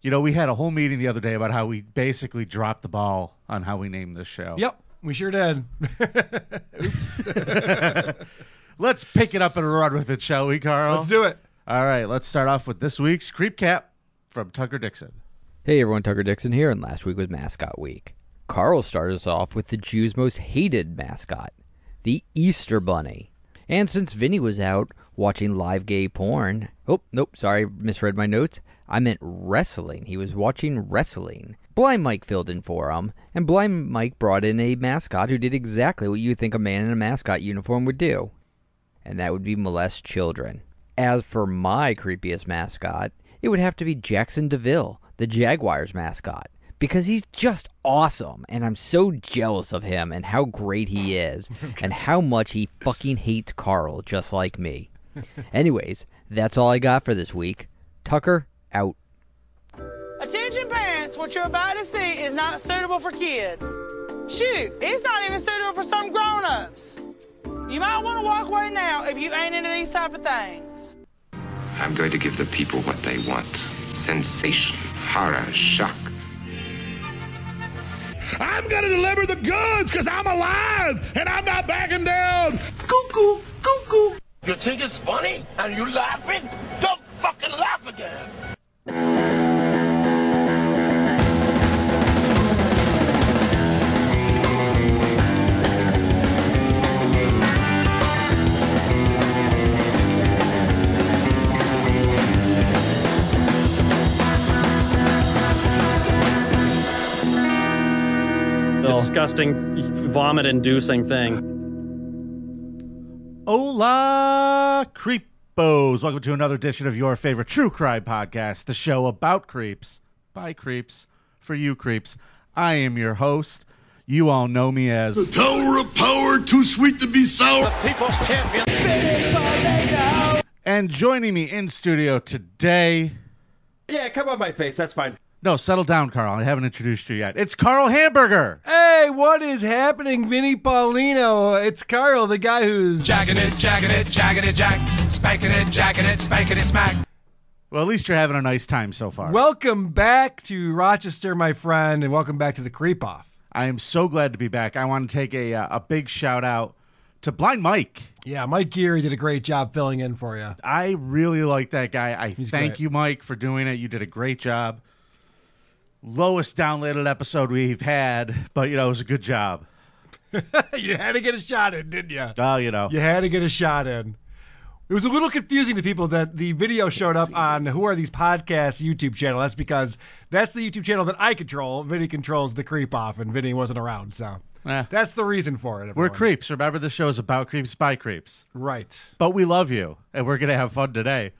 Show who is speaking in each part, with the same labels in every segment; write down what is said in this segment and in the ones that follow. Speaker 1: You know, we had a whole meeting the other day about how we basically dropped the ball on how we named this show.
Speaker 2: Yep, we sure did. Oops.
Speaker 1: Let's pick it up and run with it, shall we, Carl?
Speaker 2: Let's do it.
Speaker 1: All right, let's start off with this week's Creep Cap from Tucker Dixon.
Speaker 3: Hey everyone, Tucker Dixon here, and last week was Mascot Week. Carl started us off with the Jews' most hated mascot, the Easter Bunny. And since Vinny was out watching live gay porn, oh, nope, sorry, misread my notes. I meant wrestling. He was watching wrestling. Blind Mike filled in for him, and Blind Mike brought in a mascot who did exactly what you think a man in a mascot uniform would do, and that would be molest children. As for my creepiest mascot, it would have to be Jackson DeVille, the Jaguars mascot, because he's just awesome, and I'm so jealous of him and how great he is, and how much he fucking hates Carl, just like me. Anyways, that's all I got for this week. Tucker, out.
Speaker 4: Attention parents, what you're about to see is not suitable for kids. Shoot, it's not even suitable for some grown-ups. You might want to walk away now if you ain't into these type of things.
Speaker 5: I'm going to give the people what they want sensation, horror, shock.
Speaker 6: I'm going to deliver the goods because I'm alive and I'm not backing down.
Speaker 7: Cuckoo, cuckoo.
Speaker 8: You think it's funny and you laughing? Don't fucking laugh again.
Speaker 9: disgusting, vomit inducing thing.
Speaker 1: Hola, creepos. Welcome to another edition of your favorite true crime podcast, the show about creeps, by creeps, for you creeps. I am your host. You all know me as
Speaker 6: Tower of power, too sweet to be sour.
Speaker 8: People's champion.
Speaker 1: and joining me in studio today.
Speaker 2: Yeah, come on my face. That's fine.
Speaker 1: No, settle down, Carl. I haven't introduced you yet. It's Carl Hamburger.
Speaker 2: Hey, what is happening, Vinny Paulino? It's Carl, the guy who's
Speaker 10: Jacking it, jacking it, jacking it, jack. Spanking it, jacking it, spanking it, smack.
Speaker 1: Well, at least you're having a nice time so far.
Speaker 2: welcome back to Rochester, my friend, and welcome back to the Creep Off.
Speaker 1: I am so glad to be back. I want to take a uh, a big shout out to Blind Mike.
Speaker 2: Yeah, Mike Geary did a great job filling in for you.
Speaker 1: I really like that guy. I thank
Speaker 2: great.
Speaker 1: you, Mike, for doing it. You did a great job. Lowest downloaded episode we've had, but you know it was a good job.
Speaker 2: you had to get a shot in, didn't you?
Speaker 1: Oh, you know,
Speaker 2: You had to get a shot in. It was a little confusing to people that the video showed up on Who Are These Podcasts YouTube channel. That's because that's the YouTube channel that I control. Vinny controls the creep off, and Vinny wasn't around, so
Speaker 1: Eh.
Speaker 2: that's the reason for it.
Speaker 1: we're
Speaker 2: everyone.
Speaker 1: creeps. Remember, the show is about creeps by creeps,
Speaker 2: right?
Speaker 1: but we love you, and we're gonna have fun today.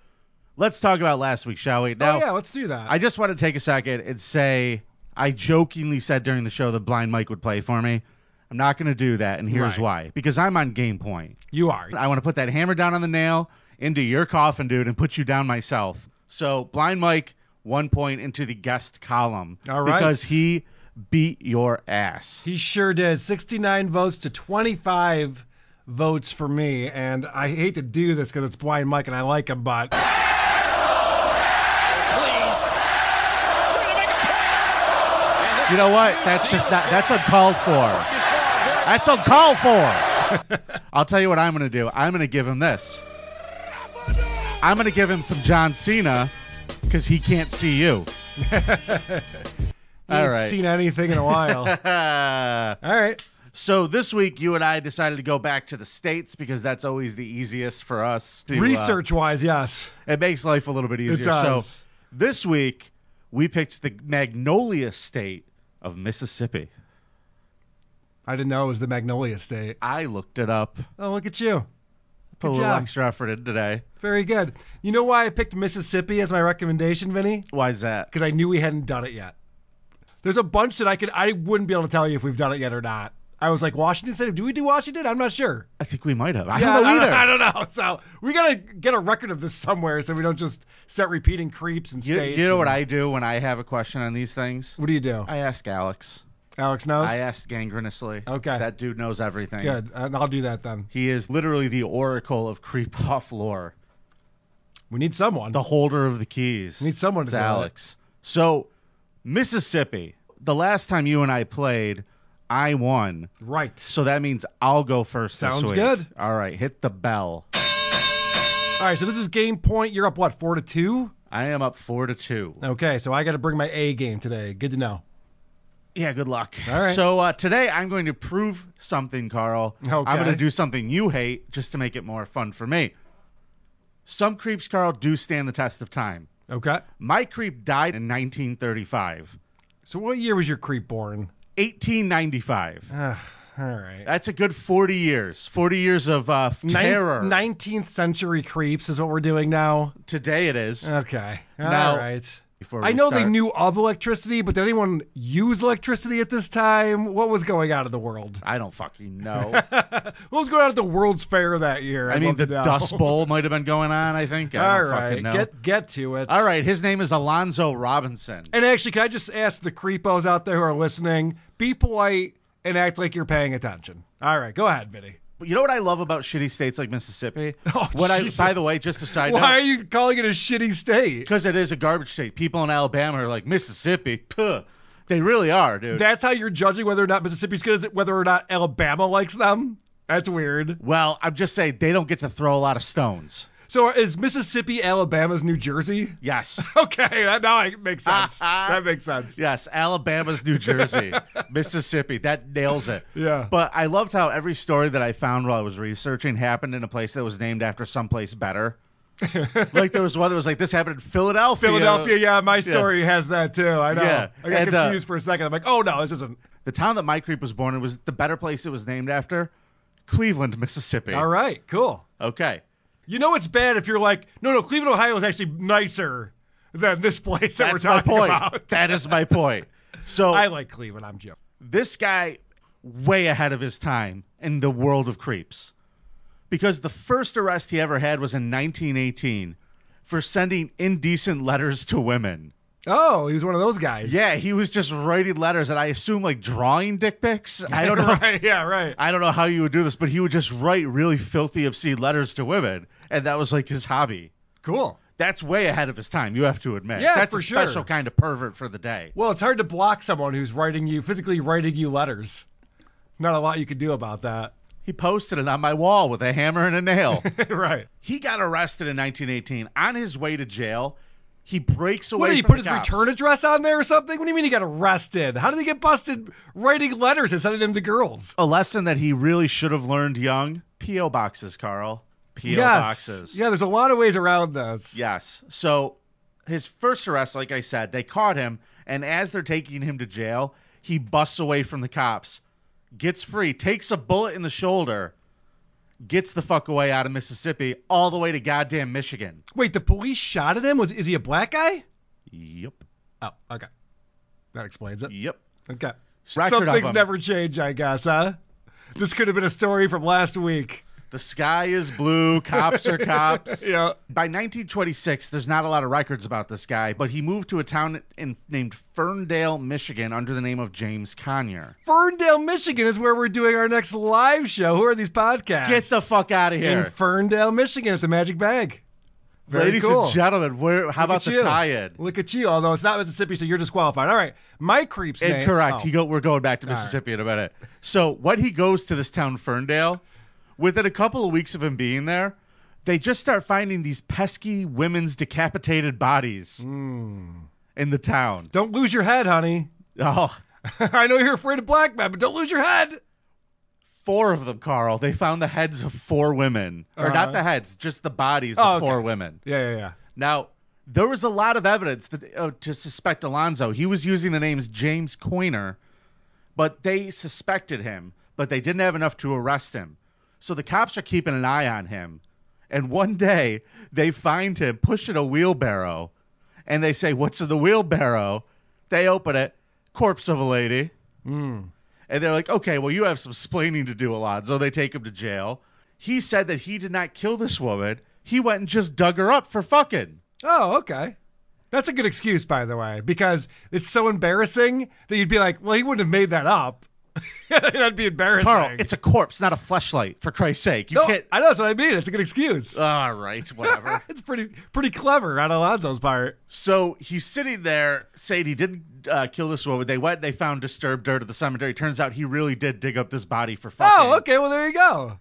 Speaker 1: Let's talk about last week, shall we? Now,
Speaker 2: oh yeah, let's do that.
Speaker 1: I just want to take a second and say I jokingly said during the show that Blind Mike would play for me. I'm not going to do that, and here's
Speaker 2: Right.
Speaker 1: why: because I'm on game point.
Speaker 2: you are.
Speaker 1: I want to put that hammer down on the nail into your coffin, dude, and put you down myself. So, Blind Mike, one point into the guest column.
Speaker 2: All right.
Speaker 1: Because he beat your ass.
Speaker 2: He sure did. 69 votes to 25 votes for me. And I hate to do this because it's Blind Mike and I like him, but.
Speaker 8: Please.
Speaker 1: You know what? That's just not, that's uncalled for. That's uncalled for. I'll tell you what I'm going to do. I'm going to give him this. I'm going to give him some John Cena because he can't see you.
Speaker 2: I
Speaker 1: All
Speaker 2: haven't
Speaker 1: right.
Speaker 2: seen anything in a while. All right.
Speaker 1: So this week, you and I decided to go back to the states because that's always the easiest for us. To, uh,
Speaker 2: Research wise, yes.
Speaker 1: it makes life a little bit easier.
Speaker 2: does.
Speaker 1: So this week, we picked the Magnolia State of Mississippi.
Speaker 2: I didn't know it was the Magnolia State.
Speaker 1: I looked it up.
Speaker 2: Oh, look at you.
Speaker 1: Put a
Speaker 2: Good
Speaker 1: little
Speaker 2: job.
Speaker 1: extra effort in today.
Speaker 2: Very good. You know why I picked Mississippi as my recommendation, Vinny?
Speaker 1: Why is that?
Speaker 2: Because I knew we hadn't done it yet. There's a bunch that I could I wouldn't be able to tell you if we've done it yet or not. I was like Washington State. Do we do Washington? I'm not sure.
Speaker 1: I think we might have. I
Speaker 2: Yeah,
Speaker 1: don't know
Speaker 2: I,
Speaker 1: either.
Speaker 2: I don't know. So we gotta get a record of this somewhere, so we don't just start repeating creeps and
Speaker 1: you,
Speaker 2: states.
Speaker 1: you know what
Speaker 2: and-
Speaker 1: I do when I have a question on these things?
Speaker 2: What do you do?
Speaker 1: I ask Alex.
Speaker 2: Alex knows.
Speaker 1: I uh, asked gangrenously.
Speaker 2: Okay.
Speaker 1: That dude knows everything.
Speaker 2: Good. Uh, I'll do that then.
Speaker 1: He is literally the oracle of creep off lore.
Speaker 2: We need someone.
Speaker 1: the holder of the keys.
Speaker 2: Need someone to
Speaker 1: it's
Speaker 2: do it.
Speaker 1: Alex. So, Mississippi, the last time you and I played, I won.
Speaker 2: Right.
Speaker 1: So that means I'll go first. this
Speaker 2: Sounds
Speaker 1: week.
Speaker 2: good.
Speaker 1: All right, hit the bell.
Speaker 2: All right, so this is game point. You're up, what, four to two?
Speaker 1: I am up four to two.
Speaker 2: Okay, so I got to bring my A game today. Good to know.
Speaker 1: Yeah, good luck.
Speaker 2: All right.
Speaker 1: So uh, today I'm going to prove something, Carl.
Speaker 2: Okay.
Speaker 1: I'm going to do something you hate just to make it more fun for me. Some creeps, Carl, do stand the test of time.
Speaker 2: Okay.
Speaker 1: My creep died in 1935.
Speaker 2: So what year was your creep born?
Speaker 1: 1895.
Speaker 2: Uh. All right.
Speaker 1: That's a good 40 years. 40 years of uh, f-
Speaker 2: Nin-
Speaker 1: terror.
Speaker 2: 19th century creeps is what we're doing now.
Speaker 1: Today it is.
Speaker 2: Okay. All right.
Speaker 1: Now- Before we
Speaker 2: Uh, I know they
Speaker 1: start-
Speaker 2: knew of electricity, but did anyone use electricity at this time? What was going on in the world?
Speaker 1: I don't fucking know.
Speaker 2: What was going on at the World's Fair that year?
Speaker 1: I
Speaker 2: I'd
Speaker 1: mean,
Speaker 2: love to
Speaker 1: the
Speaker 2: know.
Speaker 1: Dust Bowl might have been going on, I think. I
Speaker 2: All
Speaker 1: don't
Speaker 2: right,
Speaker 1: fucking know.
Speaker 2: get get to it.
Speaker 1: All right, his name is Alonzo Robinson.
Speaker 2: And actually, can I just ask the creepos out there who are listening? Be polite and act like you're paying attention. All right, go ahead, Vinny.
Speaker 1: But you know what I love about shitty states like Mississippi?
Speaker 2: Oh,
Speaker 1: what
Speaker 2: Jesus.
Speaker 1: I, by the way, just a side
Speaker 2: Why are
Speaker 1: note,
Speaker 2: you calling it a shitty state?
Speaker 1: because it is a garbage state. People in Alabama are like Mississippi. Puh. They really are, dude.
Speaker 2: That's how you're judging whether or not Mississippi's good, is it whether or not Alabama likes them? That's weird.
Speaker 1: well, I'm just saying they don't get to throw a lot of stones.
Speaker 2: So is Mississippi Alabama's New Jersey?
Speaker 1: Yes.
Speaker 2: Okay, that now it makes sense. that makes sense.
Speaker 1: Yes, Alabama's New Jersey, Mississippi. That nails it.
Speaker 2: Yeah.
Speaker 1: But I loved how every story that I found while I was researching happened in a place that was named after someplace better. like there was one that was like this happened in Philadelphia.
Speaker 2: Philadelphia, yeah, my story has that too. I know.
Speaker 1: Yeah,
Speaker 2: I got
Speaker 1: and, uh,
Speaker 2: confused for a second. I'm like, oh no, this isn't.
Speaker 1: The town that my creep was born in was the better place it was named after, Cleveland, Mississippi.
Speaker 2: All right, cool.
Speaker 1: Okay.
Speaker 2: You know it's bad if you're like, no, no, Cleveland, Ohio is actually nicer than this place that
Speaker 1: That's
Speaker 2: we're
Speaker 1: my
Speaker 2: talking
Speaker 1: point.
Speaker 2: about.
Speaker 1: That is my point. So
Speaker 2: I like Cleveland. I'm joking.
Speaker 1: this guy way ahead of his time in the world of creeps because the first arrest he ever had was in 1918 for sending indecent letters to women.
Speaker 2: Oh, he was one of those guys.
Speaker 1: Yeah, he was just writing letters and I assume like drawing dick pics. I don't know.
Speaker 2: right. Yeah, right.
Speaker 1: I don't know how you would do this, but he would just write really filthy obscene letters to women and that was like his hobby.
Speaker 2: Cool.
Speaker 1: That's way ahead of his time, you have to admit.
Speaker 2: Yeah,
Speaker 1: That's
Speaker 2: for
Speaker 1: a
Speaker 2: sure.
Speaker 1: special kind of pervert for the day.
Speaker 2: Well, it's hard to block someone who's writing you physically writing you letters. Not a lot you could do about that.
Speaker 1: He posted it on my wall with a hammer and a nail.
Speaker 2: right.
Speaker 1: He got arrested in 1918. On his way to jail, he breaks away.
Speaker 2: What did he
Speaker 1: from
Speaker 2: put
Speaker 1: the
Speaker 2: his
Speaker 1: cops.
Speaker 2: return address on there or something? What do you mean he got arrested? How did he get busted writing letters and sending them to girls?
Speaker 1: A lesson that he really should have learned young. PO boxes, Carl. PO boxes.
Speaker 2: Yeah, there's a lot of ways around this.
Speaker 1: Yes. So his first arrest, like I said, they caught him, and as they're taking him to jail, he busts away from the cops, gets free, takes a bullet in the shoulder, gets the fuck away out of Mississippi, all the way to goddamn Michigan.
Speaker 2: Wait, the police shot at him? Was is he a black guy?
Speaker 1: Yep.
Speaker 2: Oh, okay. That explains it.
Speaker 1: Yep.
Speaker 2: Okay.
Speaker 1: Record
Speaker 2: Some
Speaker 1: of
Speaker 2: things
Speaker 1: him.
Speaker 2: never change, I guess, huh? This could have been a story from last week.
Speaker 1: The sky is blue. Cops are cops.
Speaker 2: Yeah.
Speaker 1: By 1926, there's not a lot of records about this guy, but he moved to a town in, named Ferndale, Michigan, under the name of James Conyer.
Speaker 2: Ferndale, Michigan is where we're doing our next live show. Who are these podcasts?
Speaker 1: Get the fuck out of
Speaker 2: in
Speaker 1: here,
Speaker 2: Ferndale, Michigan at the Magic Bag. Very
Speaker 1: ladies
Speaker 2: cool.
Speaker 1: and gentlemen. Where? How about
Speaker 2: Look
Speaker 1: the
Speaker 2: at you.
Speaker 1: tie-in?
Speaker 2: Look at you. Although it's not Mississippi, so you're disqualified. All right, my creeps. name-
Speaker 1: Incorrect.
Speaker 2: oh.
Speaker 1: He go. We're going back to Mississippi in a minute. So when he goes to this town, Ferndale, within a couple of weeks of him being there, they just start finding these pesky women's decapitated bodies
Speaker 2: Hmm.
Speaker 1: in the town.
Speaker 2: Don't lose your head, honey.
Speaker 1: Oh.
Speaker 2: I know you're afraid of black men, but don't lose your head.
Speaker 1: four of them, Carl. They found the heads of four women, or not the heads, just the bodies
Speaker 2: Uh-huh. Oh,
Speaker 1: of
Speaker 2: okay.
Speaker 1: four women.
Speaker 2: Yeah, yeah, yeah.
Speaker 1: Now, there was a lot of evidence that, uh, to suspect Alonzo. He was using the names James Coiner, but they suspected him, but they didn't have enough to arrest him. So the cops are keeping an eye on him. And one day they find him pushing a wheelbarrow and they say, What's in the wheelbarrow? They open it, corpse of a lady. And they're like, okay, well, you have some splaining to do, Alonzo. They take him to jail. He said that he did not kill this woman. He went and just dug her up for fucking.
Speaker 2: Oh, okay. That's a good excuse, by the way, because it's so embarrassing that you'd be like, well, he wouldn't have made that up. That'd be embarrassing.
Speaker 1: Carl, it's a corpse, not a fleshlight. For Christ's sake, you
Speaker 2: no,
Speaker 1: can't.
Speaker 2: I know that's what I mean. It's a good excuse.
Speaker 1: All right, Uh, whatever.
Speaker 2: it's pretty pretty clever on Alonzo's part.
Speaker 1: So he's sitting there saying he didn't uh, kill this woman. They went, they found disturbed dirt at the cemetery. Turns out he really did dig up this body for fucking.
Speaker 2: Oh, okay. Well, there you go.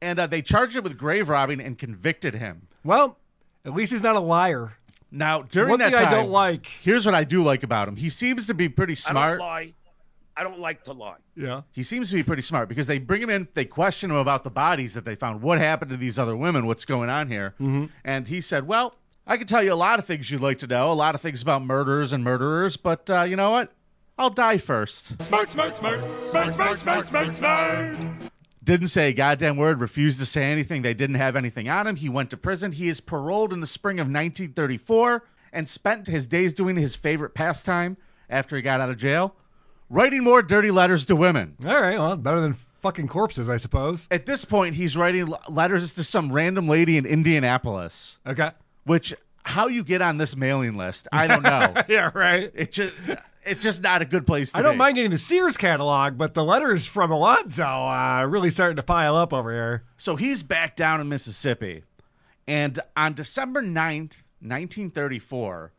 Speaker 1: And uh, they charged him with grave robbing and convicted him.
Speaker 2: Well, at least he's not a liar.
Speaker 1: Now, during
Speaker 2: One
Speaker 1: that
Speaker 2: thing
Speaker 1: time,
Speaker 2: I don't like.
Speaker 1: Here's what I do like about him. He seems to be pretty
Speaker 8: I don't
Speaker 1: smart.
Speaker 8: lie. I don't like to lie.
Speaker 2: Yeah.
Speaker 1: He seems to be pretty smart because they bring him in, they question him about the bodies that they found. What happened to these other women? What's going on here? And he said, Well, I can tell you a lot of things you'd like to know, a lot of things about murderers and murderers, but uh, you know what? I'll die first.
Speaker 6: Smirk, smirk, smirk, smirk, smirk, smirk, smirk, smirk.
Speaker 1: Didn't say a goddamn word, refused to say anything. They didn't have anything on him. He went to prison. He is paroled in the spring of 1934 and spent his days doing his favorite pastime after he got out of jail writing more dirty letters to women.
Speaker 2: All right. Well, better than fucking corpses, I suppose.
Speaker 1: at this point he's writing l- letters to some random lady in Indianapolis,
Speaker 2: Okay.
Speaker 1: which how you get on this mailing list, I don't know.
Speaker 2: Yeah. Right.
Speaker 1: it just it's just not a good place to
Speaker 2: I don't
Speaker 1: be.
Speaker 2: mind getting the Sears catalog, but the letters from Alonzo uh, really starting to pile up over here.
Speaker 1: So he's back down in Mississippi. And on December 9th, 1934,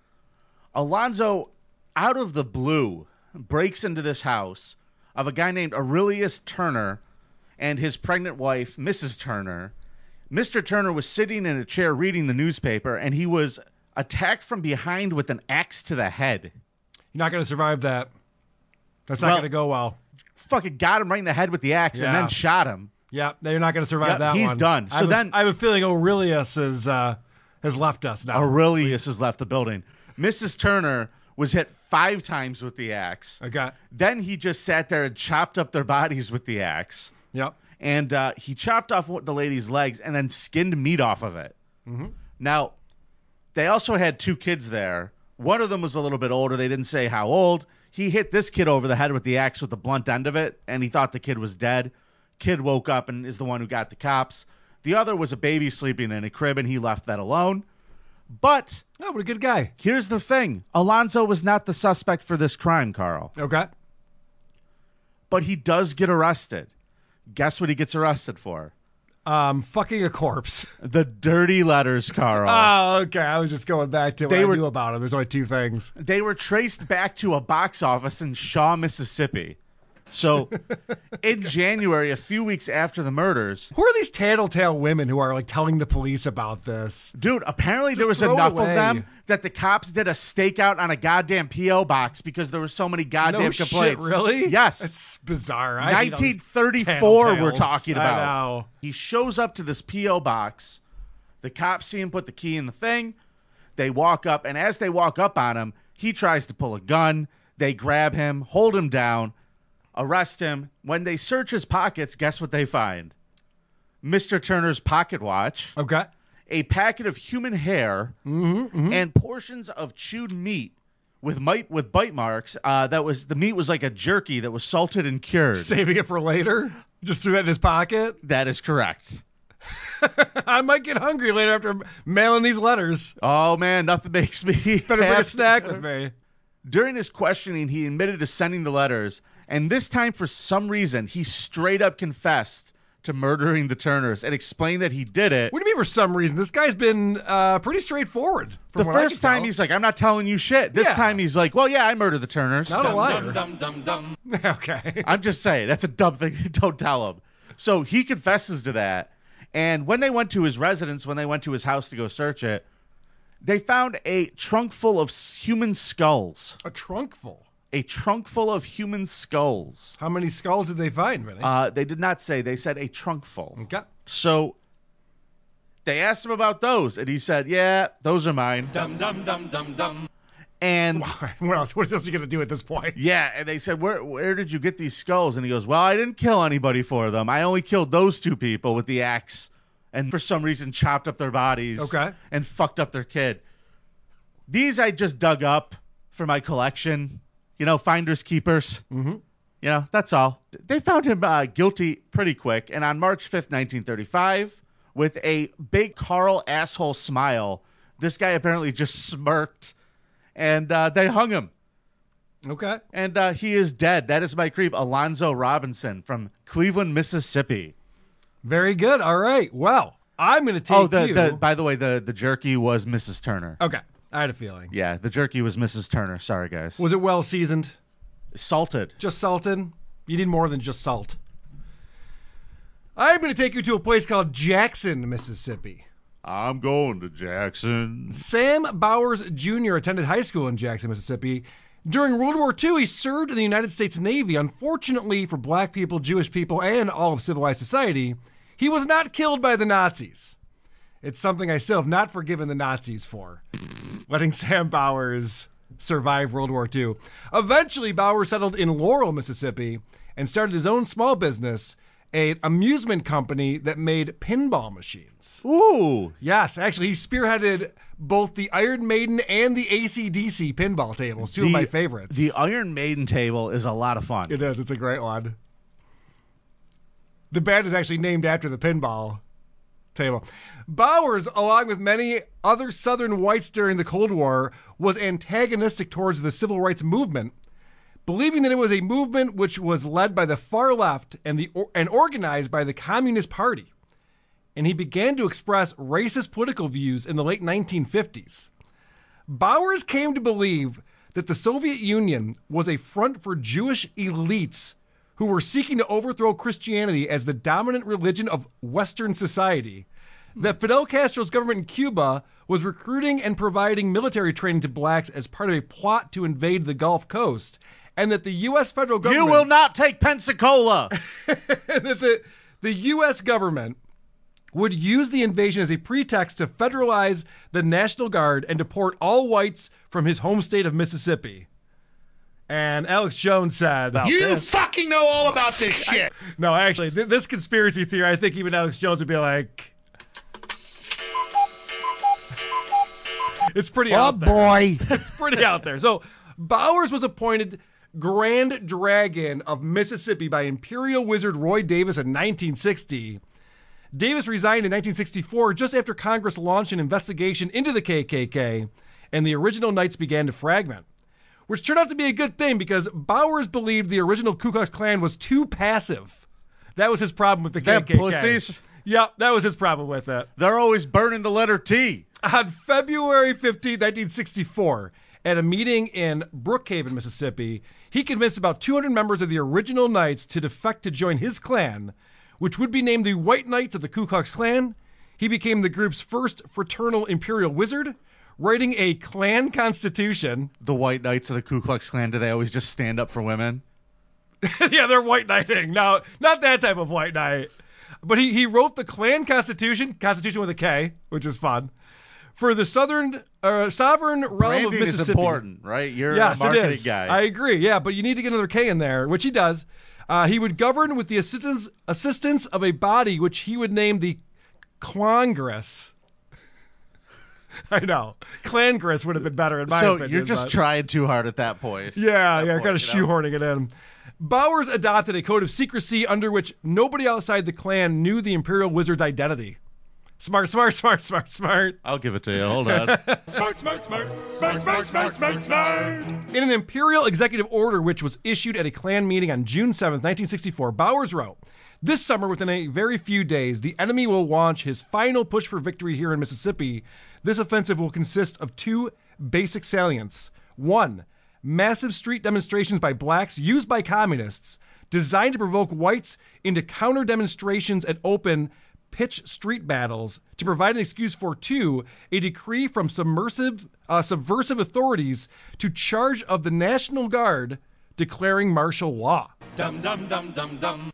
Speaker 1: Alonzo, out of the blue, breaks into this house of a guy named Aurelius Turner and his pregnant wife, Mrs. Turner. Mr. Turner was sitting in a chair reading the newspaper, and he was attacked from behind with an axe to the head.
Speaker 2: You're not going to survive that. That's not
Speaker 1: Well-
Speaker 2: going to go well.
Speaker 1: Fucking got him right in the head with the axe and
Speaker 2: Yeah.
Speaker 1: then shot him.
Speaker 2: Yeah, no, you're not going to survive
Speaker 1: Yeah,
Speaker 2: that.
Speaker 1: he's
Speaker 2: one.
Speaker 1: done. So
Speaker 2: I have a-
Speaker 1: then-
Speaker 2: I have a feeling Aurelius is uh, has left us now.
Speaker 1: Aurelius has left the building. Mrs. Turner was hit five times with the axe.
Speaker 2: okay.
Speaker 1: Then he just sat there and chopped up their bodies with the axe.
Speaker 2: Yep.
Speaker 1: And uh, he chopped off one- the lady's legs and then skinned meat off of it. Now, they also had two kids there. One of them was a little bit older. They didn't say how old. He hit this kid over the head with the axe with the blunt end of it, and he thought the kid was dead. Kid woke up and is the one who got the cops. The other was a baby sleeping in a crib, and he left that alone. But
Speaker 2: Oh, what a good guy.
Speaker 1: here's the thing Alonzo was not the suspect for this crime, Carl
Speaker 2: Okay.
Speaker 1: but he does get arrested. Guess what he gets arrested for?
Speaker 2: Um, fucking a corpse.
Speaker 1: The dirty letters, Carl.
Speaker 2: Oh, okay. I was just going back to what
Speaker 1: They
Speaker 2: I
Speaker 1: were-
Speaker 2: knew about him. There's only two things.
Speaker 1: they were traced back to a box office in Shaw, Mississippi. So, in January, a few weeks after the murders,
Speaker 2: Who are these tattletale women who are like telling the police about this?
Speaker 1: dude, apparently there was
Speaker 2: throw it
Speaker 1: enough of
Speaker 2: away.
Speaker 1: them that the cops did a stakeout on a goddamn PO box because there were so many goddamn
Speaker 2: no shit,
Speaker 1: complaints.
Speaker 2: really?
Speaker 1: Yes.
Speaker 2: It's bizarre. I hate all these
Speaker 1: 1934 we're
Speaker 2: tattletales.
Speaker 1: talking about.
Speaker 2: I know.
Speaker 1: He shows up to this PO box. The cops see him put the key in the thing. They walk up and as they walk up on him, he tries to pull a gun. They grab him, hold him down, arrest him. When they search his pockets, guess what they find? Mr. Turner's pocket watch,
Speaker 2: Okay.
Speaker 1: a packet of human hair, and portions of chewed meat with mite, with bite marks. Uh, that was the meat was like a jerky that was salted and cured.
Speaker 2: Saving it for later. Just threw that in his pocket.
Speaker 1: That is correct.
Speaker 2: I might get hungry later after mailing these letters.
Speaker 1: Oh man, nothing makes me
Speaker 2: Better bring a
Speaker 1: happy.
Speaker 2: snack with me.
Speaker 1: During his questioning, he admitted to sending the letters, and this time, for some reason, he straight up confessed to murdering the Turners and explained that he did it.
Speaker 2: What do you mean for some reason? This guy's been uh, pretty straightforward. From
Speaker 1: The
Speaker 2: what I
Speaker 1: first
Speaker 2: can
Speaker 1: time
Speaker 2: tell.
Speaker 1: he's like, "I'm not telling you shit." This
Speaker 2: Yeah.
Speaker 1: time he's like, "Well, yeah, I murdered the Turners."
Speaker 2: not a liar.
Speaker 10: Dum dum dum.
Speaker 2: okay.
Speaker 1: I'm just saying that's a dumb thing. Don't tell him. So he confesses to that. And when they went to his residence, when they went to his house to go search it, they found a trunk full of s- human skulls.
Speaker 2: A trunk full.
Speaker 1: A trunk full of human skulls.
Speaker 2: How many skulls did they find, really?
Speaker 1: Uh, they did not say. They said a trunk full.
Speaker 2: okay.
Speaker 1: So they asked him about those, and he said, "Yeah, those are mine."
Speaker 10: Dum dum dum dum dum.
Speaker 1: And
Speaker 2: what else? What else are you gonna do at this point?
Speaker 1: yeah, and they said, "Where where did you get these skulls?" And he goes, "Well, I didn't kill anybody for them. I only killed those two people with the axe, and for some reason chopped up their bodies,
Speaker 2: Okay.
Speaker 1: and fucked up their kid. These I just dug up for my collection. You know, finders keepers." You know, that's all. They found him uh, guilty pretty quick. And on March 5th, 1935, with a big Carl asshole smile, this guy apparently just smirked and uh, they hung him.
Speaker 2: Okay.
Speaker 1: And uh, he is dead. That is my creep, Alonzo Robinson from Cleveland, Mississippi.
Speaker 2: Very good. All right. Well, I'm going to take
Speaker 1: Oh, the,
Speaker 2: you. Oh.
Speaker 1: the by the way, the the jerky was Mrs. Turner.
Speaker 2: okay. I had a feeling.
Speaker 1: Yeah, the jerky was Mrs. Turner. Sorry, guys.
Speaker 2: Was it well seasoned?
Speaker 1: salted.
Speaker 2: Just salted? You need more than just salt. I'm going to take you to a place called Jackson, Mississippi.
Speaker 1: I'm going to Jackson.
Speaker 2: Sam Bowers Jr. attended high school in Jackson, Mississippi. During World War II, he served in the United States Navy. Unfortunately for black people, Jewish people, and all of civilized society, he was not killed by the Nazis. It's something I still have not forgiven the Nazis for, letting Sam Bowers survive World War II. Eventually, Bowers settled in Laurel, Mississippi, and started his own small business, an amusement company that made pinball machines.
Speaker 1: Ooh,
Speaker 2: Yes, actually, he spearheaded both the Iron Maiden and the ACDC pinball tables, two
Speaker 1: the-
Speaker 2: of my favorites.
Speaker 1: The Iron Maiden table is a lot of fun.
Speaker 2: it is. It's a great one. The band is actually named after the pinball table. Bowers, along with many other Southern whites during the Cold War, was antagonistic towards the civil rights movement, believing that it was a movement which was led by the far left and the and organized by the Communist Party. And he began to express racist political views in the late 1950s. Bowers came to believe that the Soviet Union was a front for Jewish elites who were seeking to overthrow Christianity as the dominant religion of Western society, that Fidel Castro's government in Cuba was recruiting and providing military training to blacks as part of a plot to invade the Gulf Coast, and that the U.S. federal
Speaker 1: you
Speaker 2: government
Speaker 1: will not take Pensacola.
Speaker 2: that the, the U.S. government would use the invasion as a pretext to federalize the National Guard and deport all whites from his home state of Mississippi. And Alex Jones said,
Speaker 6: You fucking know all about this shit.
Speaker 2: No, actually, th- this conspiracy theory, I think even Alex Jones would be like, It's pretty
Speaker 3: Oh
Speaker 2: out there.
Speaker 3: boy.
Speaker 2: It's pretty out there. So Bowers was appointed Grand Dragon of Mississippi by Imperial Wizard Roy Davis in 1960. Davis resigned in 1964 just after Congress launched an investigation into the KKK and the original Knights began to fragment, which turned out to be a good thing because Bowers believed the original Ku Klux Klan was too passive. That was his problem with the
Speaker 1: Them
Speaker 2: KKK.
Speaker 1: pussies.
Speaker 2: Yep, that was his problem with it.
Speaker 1: They're always burning the letter T.
Speaker 2: On February 15, 1964, at a meeting in Brookhaven, Mississippi, he convinced about 200 members of the original Knights to defect to join his clan, which would be named the White Knights of the Ku Klux Klan. He became the group's first fraternal imperial wizard, writing a clan constitution.
Speaker 1: The White Knights of the Ku Klux Klan. Do they always just stand up for women?
Speaker 2: yeah, they're white knighting. Now, not that type of white knight. But he, he wrote the Klan Constitution, Constitution with a K, which is fun, for the Southern uh, sovereign realm of
Speaker 1: Branding
Speaker 2: Mississippi.
Speaker 1: is important, right? You're
Speaker 2: yes,
Speaker 1: a marketing
Speaker 2: it is.
Speaker 1: guy.
Speaker 2: I agree. Yeah, but you need to get another K in there, which he does. Uh, he would govern with the assistance assistance of a body which he would name the Congress. I know, Clangress would have been better in my
Speaker 1: so
Speaker 2: opinion.
Speaker 1: you're just
Speaker 2: but-
Speaker 1: trying too hard at that point.
Speaker 2: yeah, yeah,
Speaker 1: point,
Speaker 2: kind of
Speaker 1: you know?
Speaker 2: shoehorning it in. Bowers adopted a code of secrecy under which nobody outside the clan knew the Imperial Wizard's identity. Smart, smart, smart, smart, smart.
Speaker 1: I'll give it to you. Hold on.
Speaker 6: Smart, smart, smart. Smart, smart, smart, smart, smart.
Speaker 2: In an Imperial executive order which was issued at a clan meeting on June 7th, 1964, Bowers wrote This summer, within a very few days, the enemy will launch his final push for victory here in Mississippi. This offensive will consist of two basic salients. One, massive street demonstrations by blacks used by communists, designed to provoke whites into counter demonstrations and open pitch street battles to provide an excuse for two a decree from submersive uh, subversive authorities to charge of the national guard declaring martial law
Speaker 10: Dum dum dum dum dum.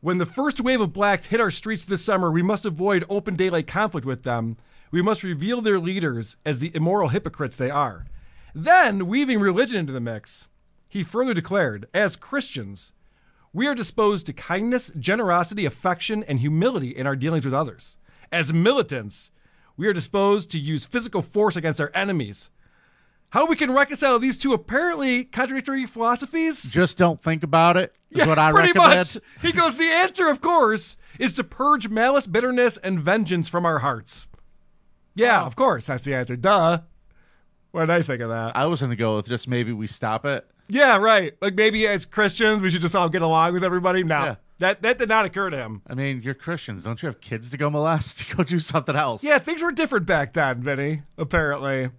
Speaker 2: when the first wave of blacks hit our streets this summer we must avoid open daylight conflict with them we must reveal their leaders as the immoral hypocrites they are then weaving religion into the mix he further declared as christians we are disposed to kindness, generosity, affection, and humility in our dealings with others. As militants, we are disposed to use physical force against our enemies. How we can reconcile these two apparently contradictory philosophies?
Speaker 1: just don't think about it. Is what I
Speaker 2: Pretty
Speaker 1: recommend.
Speaker 2: much. He goes, The answer, of course, is to purge malice, bitterness, and vengeance from our hearts. Yeah, of course. That's the answer. Duh. What did I think of that?
Speaker 1: I was gonna go with just maybe we stop it.
Speaker 2: Yeah, right. Like maybe as Christians, we should just all get along with everybody. No,
Speaker 1: Yeah.
Speaker 2: that that did not occur to him.
Speaker 1: I mean, you're Christians. Don't you have kids to go molest? Go do something else.
Speaker 2: Yeah, things were different back then, Vinny, apparently.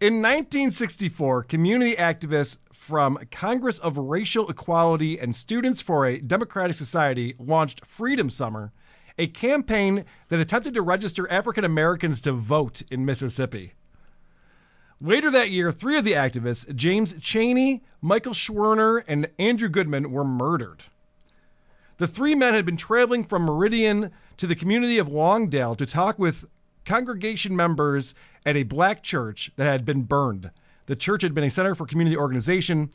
Speaker 2: In 1964, community activists from Congress of Racial Equality and Students for a Democratic Society launched Freedom Summer, a campaign that attempted to register African Americans to vote in Mississippi. Later that year, three of the activists, James Cheney, Michael Schwerner, and Andrew Goodman, were murdered. The three men had been traveling from Meridian to the community of Longdale to talk with congregation members at a black church that had been burned. The church had been a center for community organization.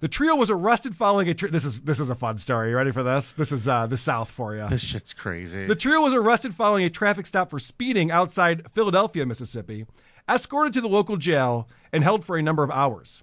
Speaker 2: The trio was arrested following a tr- this is this is a fun story. You ready for this? This is uh, the South for you.
Speaker 1: This shit's crazy.
Speaker 2: The trio was arrested following a traffic stop for speeding outside Philadelphia, Mississippi, escorted to the local jail, and held for a number of hours.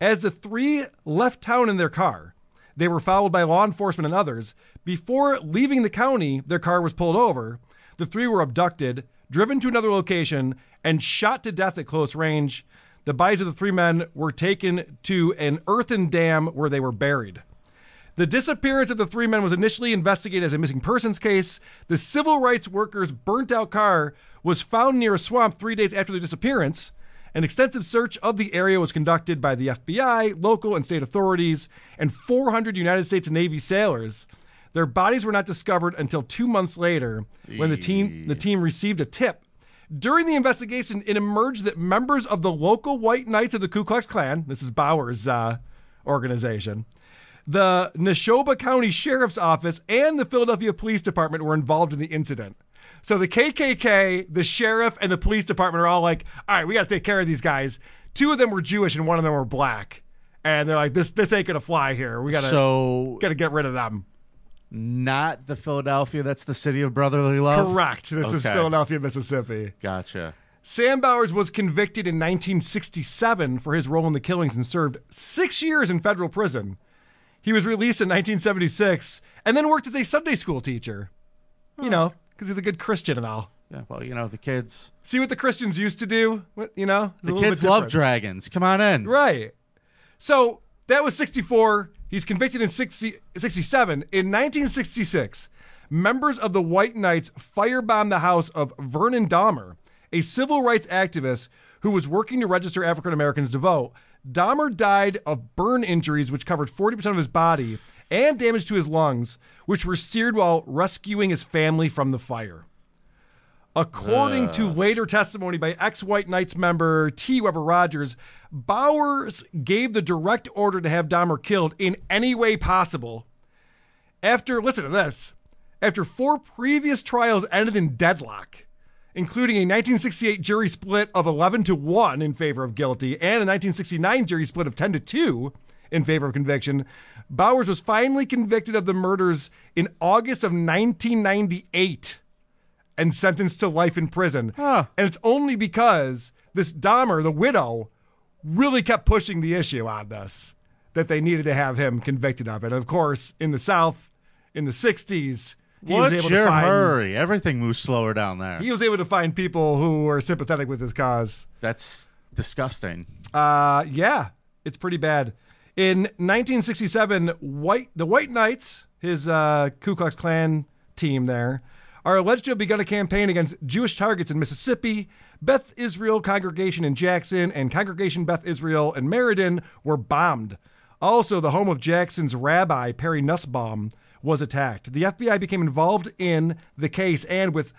Speaker 2: As the three left town in their car, they were followed by law enforcement and others. Before leaving the county, their car was pulled over. The three were abducted, driven to another location, and shot to death at close range. The bodies of the three men were taken to an earthen dam where they were buried. The disappearance of the three men was initially investigated as a missing persons case. The civil rights workers' burnt out car was found near a swamp three days after their disappearance. An extensive search of the area was conducted by the FBI, local and state authorities, and 400 United States Navy sailors. Their bodies were not discovered until two months later when the team, the team received a tip. During the investigation, it emerged that members of the local White Knights of the Ku Klux Klan, this is Bauer's uh, organization, the Neshoba County Sheriff's Office and the Philadelphia Police Department were involved in the incident. So the KKK, the sheriff, and the police department are all like, "All right, we got to take care of these guys." Two of them were Jewish and one of them were black, and they're like, "This this ain't gonna fly here. We gotta
Speaker 1: so
Speaker 2: gotta get rid of them."
Speaker 1: not the Philadelphia. That's the city of brotherly love.
Speaker 2: Correct. This is
Speaker 1: Okay.
Speaker 2: Philadelphia, Mississippi.
Speaker 1: Gotcha.
Speaker 2: Sam Bowers was convicted in 1967 for his role in the killings and served six years in federal prison. He was released in 1976 and then worked as a Sunday school teacher.
Speaker 1: Hmm.
Speaker 2: You know, because he's a good Christian and all.
Speaker 1: Yeah. Well, you know the kids.
Speaker 2: See what the Christians used to do? What, you know? It's a
Speaker 1: The
Speaker 2: little
Speaker 1: kids
Speaker 2: bit
Speaker 1: love
Speaker 2: different.
Speaker 1: dragons. Come on in.
Speaker 2: Right. So that was 64. He's convicted in 60, 67. In 1966, members of the White Knights firebombed the house of Vernon Dahmer, a civil rights activist who was working to register African Americans to vote. Dahmer died of burn injuries, which covered 40% of his body, and damage to his lungs, which were seared while rescuing his family from the fire. According to later testimony by ex White Knights member T. Weber Rogers, Bowers gave the direct order to have Dahmer killed in any way possible. After, listen to this, after four previous trials ended in deadlock, including a 1968 jury split of 11 to 1 in favor of guilty and a 1969 jury split of 10 to 2 in favor of conviction, Bowers was finally convicted of the murders in August of 1998 and sentenced to life in prison. And it's only because this Dahmer, the widow, really kept pushing the issue on this that they needed to have him convicted of it. Of course, in the South, in the 60s, he was
Speaker 1: What's
Speaker 2: able
Speaker 1: your
Speaker 2: to find
Speaker 1: hurry? Everything moves slower down there.
Speaker 2: he was able to find people who were sympathetic with his cause.
Speaker 1: That's disgusting.
Speaker 2: Uh, yeah, it's pretty bad. In 1967, white the White Knights, his uh, Ku Klux Klan team there, are alleged to have begun a campaign against Jewish targets in Mississippi. Beth Israel Congregation in Jackson and Congregation Beth Israel in Meriden were bombed. Also, the home of Jackson's rabbi, Perry Nussbaum, was attacked. The FBI became involved in the case and with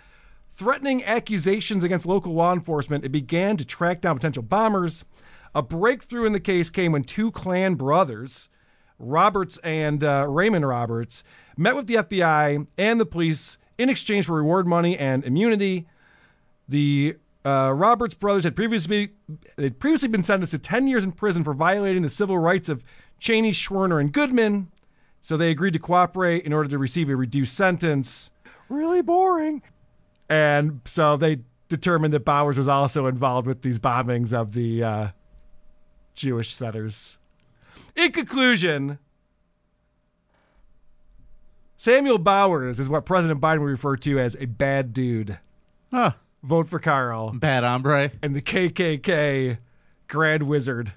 Speaker 2: Threatening accusations against local law enforcement, it began to track down potential bombers. A breakthrough in the case came when two Klan brothers, Roberts and uh, Raymond Roberts, met with the FBI and the police in exchange for reward money and immunity. The uh, Roberts brothers had previously they'd previously been sentenced to 10 years in prison for violating the civil rights of Cheney, Schwerner, and Goodman. So they agreed to cooperate in order to receive a reduced sentence. Really boring. And so they determined that Bowers was also involved with these bombings of the uh, Jewish centers. In conclusion, Samuel Bowers is what President Biden would refer to as a bad dude.
Speaker 1: Huh.
Speaker 2: Vote for Carl
Speaker 1: Bad hombre.
Speaker 2: and the KKK Grand Wizard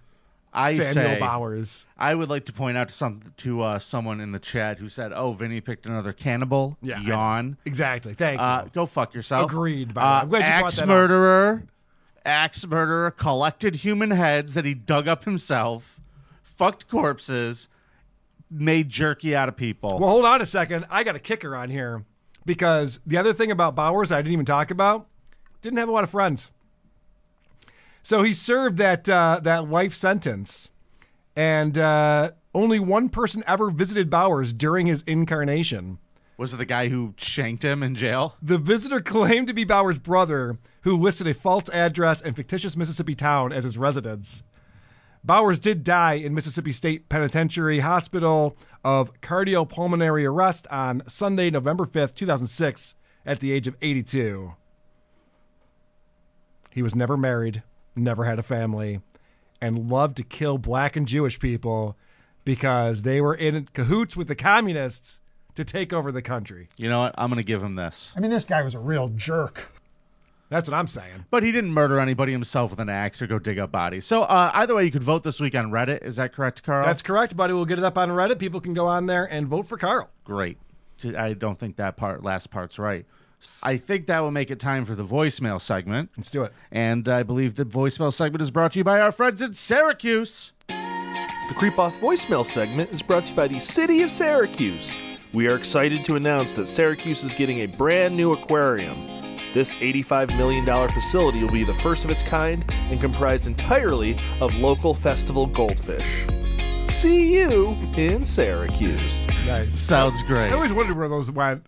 Speaker 1: I
Speaker 2: Samuel
Speaker 1: say,
Speaker 2: Bowers.
Speaker 1: I would like to point out some to uh, someone in the chat who said, "Oh, Vinny picked another cannibal."
Speaker 2: Yeah, I-
Speaker 1: yawn.
Speaker 2: Exactly. Thank you.
Speaker 1: Uh, go fuck yourself.
Speaker 2: Agreed, by the way.
Speaker 1: Uh,
Speaker 2: I'm glad you brought
Speaker 1: axe
Speaker 2: that up.
Speaker 1: murderer, axe murderer collected human heads that he dug up himself, fucked corpses, made jerky out of people.
Speaker 2: Well, hold on a second. I got a kicker on here because the other thing about Bowers I didn't even talk about didn't have a lot of friends. So he served that uh, that life sentence, and uh, only one person ever visited Bowers during his incarnation.
Speaker 1: Was it the guy who shanked him in jail?
Speaker 2: The visitor claimed to be Bauer's brother, who listed a false address and fictitious Mississippi town as his residence. Bowers did die in Mississippi State Penitentiary Hospital of cardiopulmonary arrest on Sunday, November 5th, 2006, at the age of 82. He was never married, never had a family, and loved to kill black and Jewish people because they were in cahoots with the communists to take over the country.
Speaker 1: You know what? I'm gonna give him this.
Speaker 11: I mean, this guy was a real jerk.
Speaker 2: That's what I'm saying.
Speaker 1: But he didn't murder anybody himself with an axe or go dig up bodies. So uh, either way, you could vote this week on Reddit. Is that correct, Carl?
Speaker 2: That's correct, buddy. We'll get it up on Reddit. People can go on there and vote for Carl.
Speaker 1: great. I don't think that part last part's right. I think that will make it time for the voicemail segment.
Speaker 2: Let's do it.
Speaker 1: And I believe the voicemail segment is brought to you by our friends at Syracuse.
Speaker 12: The Creep Off voicemail segment is brought to you by the City of Syracuse. We are excited to announce that Syracuse is getting a brand new aquarium. This $85 million facility will be the first of its kind and comprised entirely of local festival goldfish. See you in Syracuse.
Speaker 2: Nice.
Speaker 1: Sounds great.
Speaker 2: I always wondered where those went.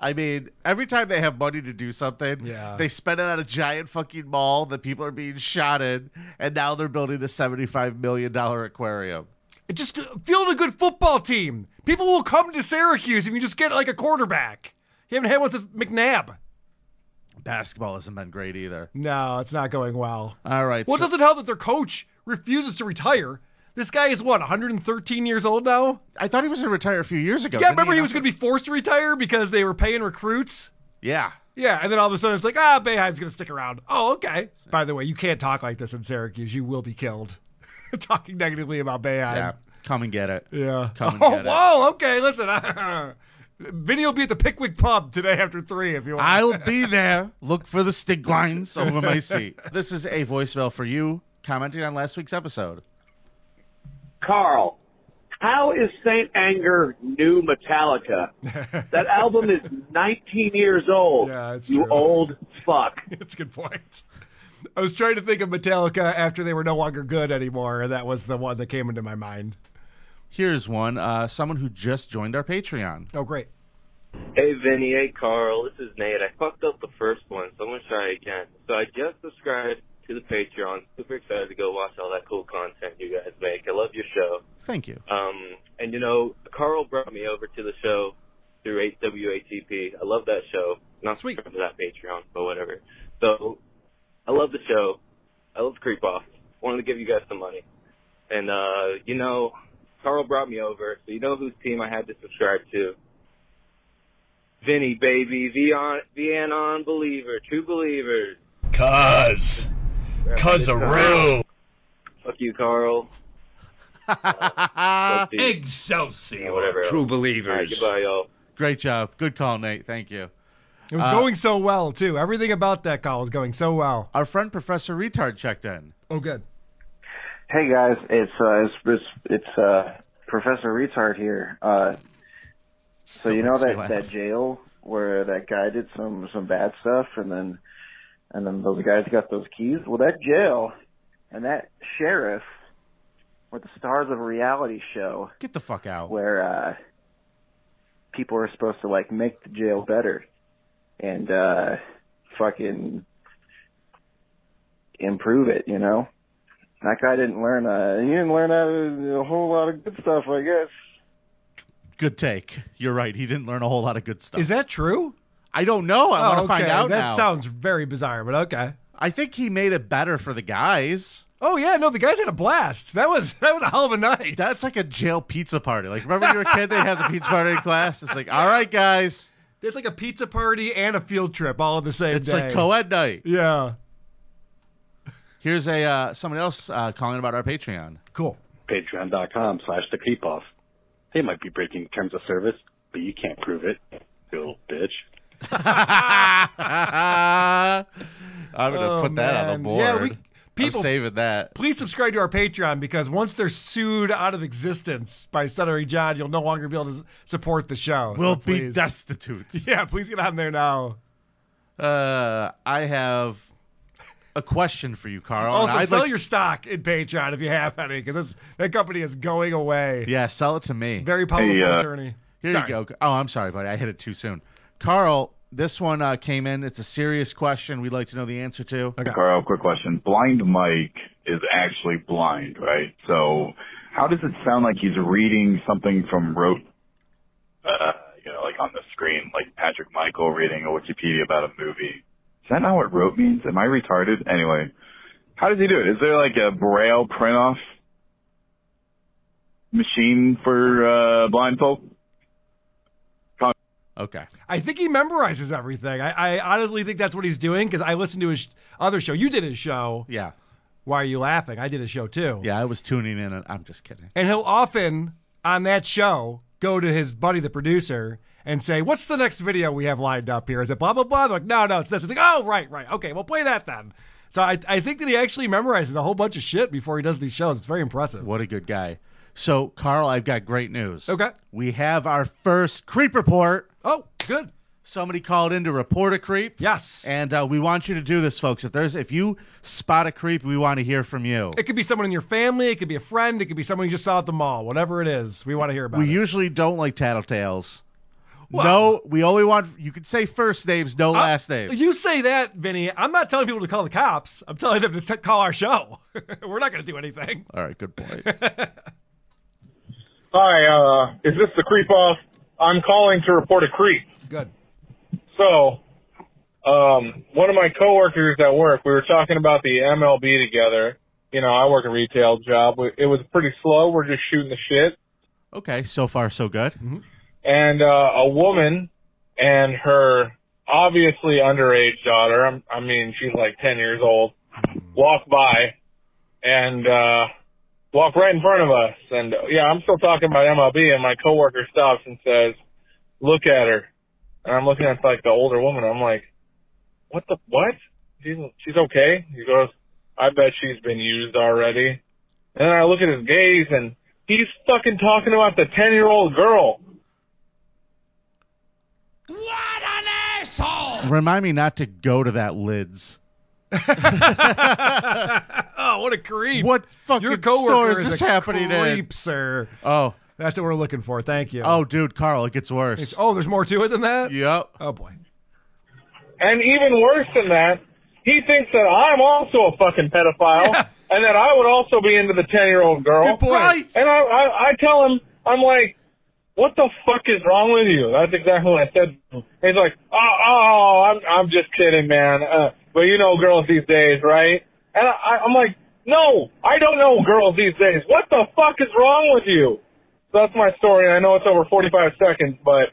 Speaker 1: I mean, every time they have money to do something,
Speaker 2: Yeah.
Speaker 1: they spend it on a giant fucking mall that people are being shot in, and now they're building a $75 million aquarium.
Speaker 2: It just field a good football team. People will come to Syracuse if you just get like a quarterback. You haven't had one since McNabb.
Speaker 1: Basketball hasn't been great either.
Speaker 2: No, it's not going well.
Speaker 1: All right.
Speaker 2: Well, it
Speaker 1: so-
Speaker 2: doesn't help that their coach refuses to retire. This guy is what 113 years old now.
Speaker 1: I thought he was going to retire a few years ago.
Speaker 2: Yeah,
Speaker 1: didn't
Speaker 2: remember he was going to be forced to retire because they were paying recruits.
Speaker 1: Yeah.
Speaker 2: Yeah, and then all of a sudden it's like, ah, Bayheim's going to stick around. Oh, okay. By the way, you can't talk like this in Syracuse. You will be killed. Talking negatively about Bayheim.
Speaker 1: Yeah. Come and get it.
Speaker 2: Yeah.
Speaker 1: Come and
Speaker 2: oh,
Speaker 1: get it.
Speaker 2: whoa. Okay, listen. Vinny will be at the Pickwick Pub today after three if you want.
Speaker 1: I'll be there. Look for the stick lines over my seat. This is a voicemail for you commenting on last week's episode.
Speaker 13: Carl, how is Saint Anger new Metallica? that album is 19 years old.
Speaker 2: Yeah, it's
Speaker 13: you
Speaker 2: true.
Speaker 13: old fuck.
Speaker 2: That's a good point. I was trying to think of Metallica after they were no longer good anymore, and that was the one that came into my mind.
Speaker 1: Here's one uh, someone who just joined our Patreon.
Speaker 2: Oh, great.
Speaker 14: Hey Vinny, hey Carl, this is Nate. I fucked up the first one, so I'm gonna try again. So I just subscribed to the Patreon. Super excited to go watch all that cool content you guys make. I love your show.
Speaker 1: Thank you.
Speaker 15: Uh,
Speaker 14: Um, and you know, Carl brought me over to the show through WATP. I love that show. Not Sweet. for that Patreon, but whatever. So I love the show. I love Creep Off. Wanted to give you guys some money. And uh, you know, Carl brought me over, so you know whose team I had to subscribe to. Vinny, baby, Vian, Vian on believer, true believers.
Speaker 6: Cuz.
Speaker 14: uh,
Speaker 6: Cuzaroo.
Speaker 14: Fuck you, Carl.
Speaker 1: Ah.
Speaker 14: Uh, Excelsior. Whatever.
Speaker 1: True
Speaker 14: else.
Speaker 1: believers.
Speaker 14: All right, goodbye, y'all.
Speaker 1: Great job. Good call, Nate. Thank you.
Speaker 2: It was
Speaker 1: Uh,
Speaker 2: going so well, too. Everything about that call was going so well.
Speaker 1: Our friend Professor Retard checked in.
Speaker 2: Oh, good.
Speaker 15: Hey guys, it's uh, it's it's, it's uh, Professor Retard here. Uh, so you know
Speaker 16: makes me
Speaker 15: that
Speaker 16: laugh.
Speaker 15: that jail where that guy did some some bad stuff, and then and then those guys got those keys. Well, that jail and that sheriff were the stars of a reality show.
Speaker 1: Get the fuck out.
Speaker 15: Where uh, people are supposed to like make the jail better, and uh, fucking improve it, you know. That guy didn't learn. Uh, he didn't learn uh, a whole lot of good stuff, I guess.
Speaker 1: Good take. You're right. He didn't learn a whole lot of good stuff.
Speaker 2: Is that true?
Speaker 1: I don't know. I want to
Speaker 2: Oh,
Speaker 1: find
Speaker 2: okay.
Speaker 1: out
Speaker 2: That
Speaker 1: now.
Speaker 2: sounds very bizarre, but okay.
Speaker 1: I think he made it better for the guys.
Speaker 2: Oh yeah, no, the guys had a blast. That was that was a hell of a night.
Speaker 1: That's like a jail pizza party. Like remember when you were a kid, they had the pizza party in class. It's like, all right, guys,
Speaker 2: It's like a pizza party and a field trip all in the same
Speaker 1: it's
Speaker 2: day.
Speaker 1: like co-ed night.
Speaker 2: Yeah.
Speaker 1: Here's a uh, somebody else uh, calling about our Patreon.
Speaker 2: Cool.
Speaker 16: Patreon.com slash the creep off. They might be breaking terms of service, but you can't prove it, you little bitch.
Speaker 1: I'm gonna
Speaker 2: Oh,
Speaker 1: put that on the
Speaker 2: man.
Speaker 1: board.
Speaker 2: Yeah, we- people-
Speaker 1: I'm saving that.
Speaker 2: Please subscribe to our Patreon because once they're sued out of existence by Sutter John, you'll no longer be able to s- support the show.
Speaker 1: We'll
Speaker 2: so
Speaker 1: be
Speaker 2: please.
Speaker 1: destitute.
Speaker 2: Yeah, please get on there now.
Speaker 1: Uh, I have a question for you, Carl. and
Speaker 2: also,
Speaker 1: I'd
Speaker 2: sell
Speaker 1: like
Speaker 2: your stock in Patreon if you have any because that company is going away.
Speaker 1: to- yeah, sell it to me.
Speaker 2: Very powerful Hey, uh, attorney.
Speaker 1: Here
Speaker 2: Sorry.
Speaker 1: you go. Oh, I'm sorry, buddy. I hit it too soon. Carl, this one uh, came in. It's a serious question. We'd like to know the answer to.
Speaker 17: Carl, quick question. Blind Mike is actually blind, right? So how does it sound like he's reading something from rote, uh, you know, like on the screen, like Patrick Michael reading a Wikipedia about a movie? Is that not what rote means? Am I retarded? Anyway, how does he do it? Is there like a braille print off machine for uh, blind folk? Con-
Speaker 1: Okay.
Speaker 2: I think he memorizes everything. I, I honestly think that's what he's doing because I listened to his sh- other show. You did his show.
Speaker 1: Yeah.
Speaker 2: Why are you laughing? I did a show too.
Speaker 1: Yeah, I was tuning in. And I'm just kidding.
Speaker 2: And he'll often on that show go to his buddy, the producer, and say, "What's the next video we have lined up here? Is it blah blah blah?" They're like, "No, no, it's this." It's like, "Oh, right, right, okay, well, play that then." So I, I think that he actually memorizes a whole bunch of shit before he does these shows. It's very impressive.
Speaker 1: What a good guy. So, Carl, I've got great news.
Speaker 2: Okay.
Speaker 1: We have our first creep report.
Speaker 2: Oh, good.
Speaker 1: Somebody called in to report a creep.
Speaker 2: Yes.
Speaker 1: And uh, we want you to do this, folks. If there's if you spot a creep, we want to hear from you.
Speaker 2: It could be someone in your family. It could be a friend. It could be someone you just saw at the mall. Whatever it is, we want to hear about
Speaker 1: we
Speaker 2: it.
Speaker 1: usually don't like tattletales. no, we only want you can say first names, no last names.
Speaker 2: Uh, You say that, Vinny. I'm not telling people to call the cops. I'm telling them to t- call our show. We're not going to do anything.
Speaker 1: All right, good point.
Speaker 18: Hi, uh, is this the creep off? I'm calling to report a creep.
Speaker 2: Good.
Speaker 18: So, um, one of my coworkers at work, we were talking about the MLB together. You know, I work a retail job. We- It was pretty slow. We're just shooting the shit.
Speaker 1: Okay, so far so good.
Speaker 18: And, uh, a woman and her obviously underage daughter, I'm- I mean, she's like 10 years old, walk by and, uh, walk right in front of us. And uh, yeah, I'm still talking about MLB and my coworker stops and says, look at her. And I'm looking at like the older woman. I'm like, what the, what? She's, she's okay. He goes, I bet she's been used already. And then I look at his gaze and he's fucking talking about the 10 year old girl.
Speaker 1: Remind me not to go to that lids.
Speaker 2: Oh, what a creep!
Speaker 1: What fucking
Speaker 2: Your coworker
Speaker 1: store is this
Speaker 2: a
Speaker 1: happening in?
Speaker 2: creep, sir.
Speaker 1: Oh,
Speaker 2: that's what we're looking for. Thank you.
Speaker 1: Oh, dude, Carl, it gets worse.
Speaker 2: It's- oh, there's more to it than that.
Speaker 1: Yep.
Speaker 2: Oh boy.
Speaker 18: And even worse than that, he thinks that I'm also a fucking pedophile and that I would also be into the 10 year old girl.
Speaker 2: Good point. Right.
Speaker 18: And I, I, I tell him, I'm like, what the fuck is wrong with you? That's exactly what I said. He's like, oh, oh I'm, I'm just kidding, man. Uh, but you know girls these days, right? And I, I'm like, no, I don't know girls these days. What the fuck is wrong with you? So that's my story. I know it's over 45 seconds, but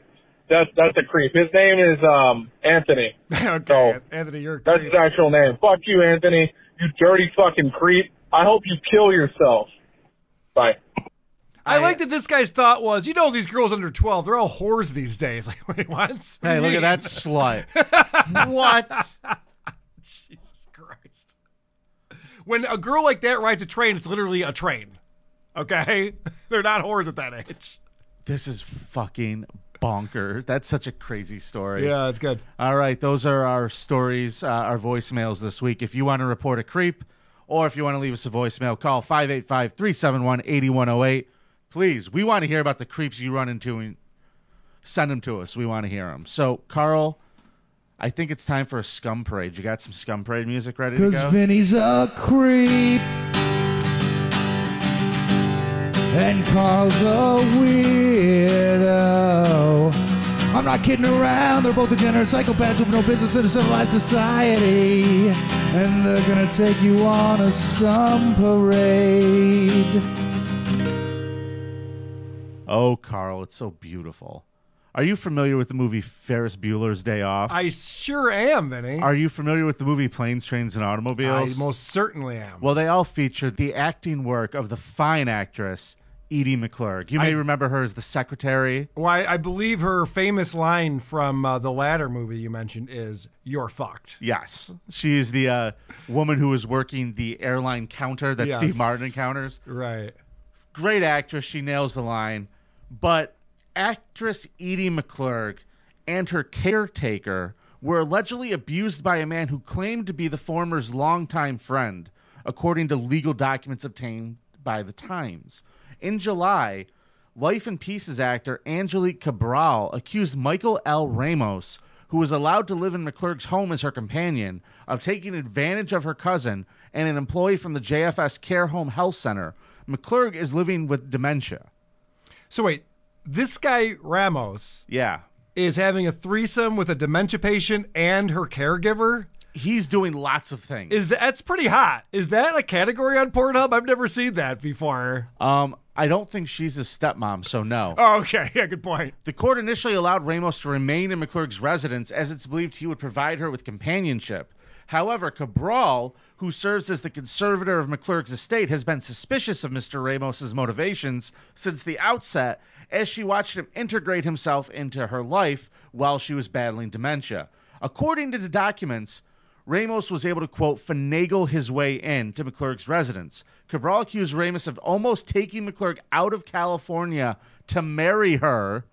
Speaker 18: that's, that's a creep. His name is, um, Anthony.
Speaker 2: okay. Anthony, you're a
Speaker 18: That's his actual name. Fuck you, Anthony. You dirty fucking creep. I hope you kill yourself. Bye.
Speaker 2: I, like that this guy's thought was, you know, these girls under 12, they're all whores these days. Like, wait, what?
Speaker 1: Hey, look at that slut. what?
Speaker 2: Jesus Christ. When a girl like that rides a train, it's literally a train. Okay? They're not whores at that age.
Speaker 1: This is fucking bonkers. That's such a crazy story.
Speaker 2: Yeah, it's good.
Speaker 1: All right, those are our stories, uh, our voicemails this week. If you want to report a creep or if you want to leave us a voicemail, call 585 371 8108. Please, we want to hear about the creeps you run into and send them to us. We want to hear them. So, Carl, I think it's time for a scum parade. You got some scum parade music ready to
Speaker 19: Because
Speaker 1: go?
Speaker 19: Vinny's a creep. And Carl's a weirdo. I'm not kidding around. They're both degenerate psychopaths with no business in a civilized society. And they're going to take you on a scum parade.
Speaker 1: Oh, Carl, it's so beautiful. Are you familiar with the movie Ferris Bueller's Day Off?
Speaker 2: I sure am, Vinny.
Speaker 1: Are you familiar with the movie Planes, Trains, and Automobiles?
Speaker 2: I most certainly am.
Speaker 1: Well, they all featured the acting work of the fine actress Edie McClurg. You may remember her as the secretary.
Speaker 2: Well, I, I believe her famous line from uh, the latter movie you mentioned is "You're fucked."
Speaker 1: Yes, she is the uh, woman who was working the airline counter that Steve
Speaker 2: Yes.
Speaker 1: Martin encounters.
Speaker 2: Right.
Speaker 1: Great actress, she nails the line, but actress Edie McClurg and her caretaker were allegedly abused by a man who claimed to be the former's longtime friend, according to legal documents obtained by the Times. In July, Life in Pieces actor Angelique Cabral accused Michael L. Ramos, who was allowed to live in McClurg's home as her companion, of taking advantage of her cousin and an employee from the JFS Care Home Health Center. McClurg is living with dementia.
Speaker 2: So wait, this guy Ramos
Speaker 1: Yeah.
Speaker 2: is having a threesome with a dementia patient and her caregiver.
Speaker 1: He's doing lots of things.
Speaker 2: Is that, that's pretty hot? Is that a category on Pornhub? I've never seen that before.
Speaker 1: Um, I don't think she's his stepmom, so no.
Speaker 2: Oh, okay. Yeah, good point.
Speaker 1: The court initially allowed Ramos to remain in McClurg's residence as it's believed he would provide her with companionship. However, Cabral, who serves as the conservator of McClurg's estate, has been suspicious of Mr. Ramos's motivations since the outset as she watched him integrate himself into her life while she was battling dementia. According to the documents, Ramos was able to, quote, finagle his way in to McClurg's residence. Cabral accused Ramos of almost taking McClurg out of California to marry her.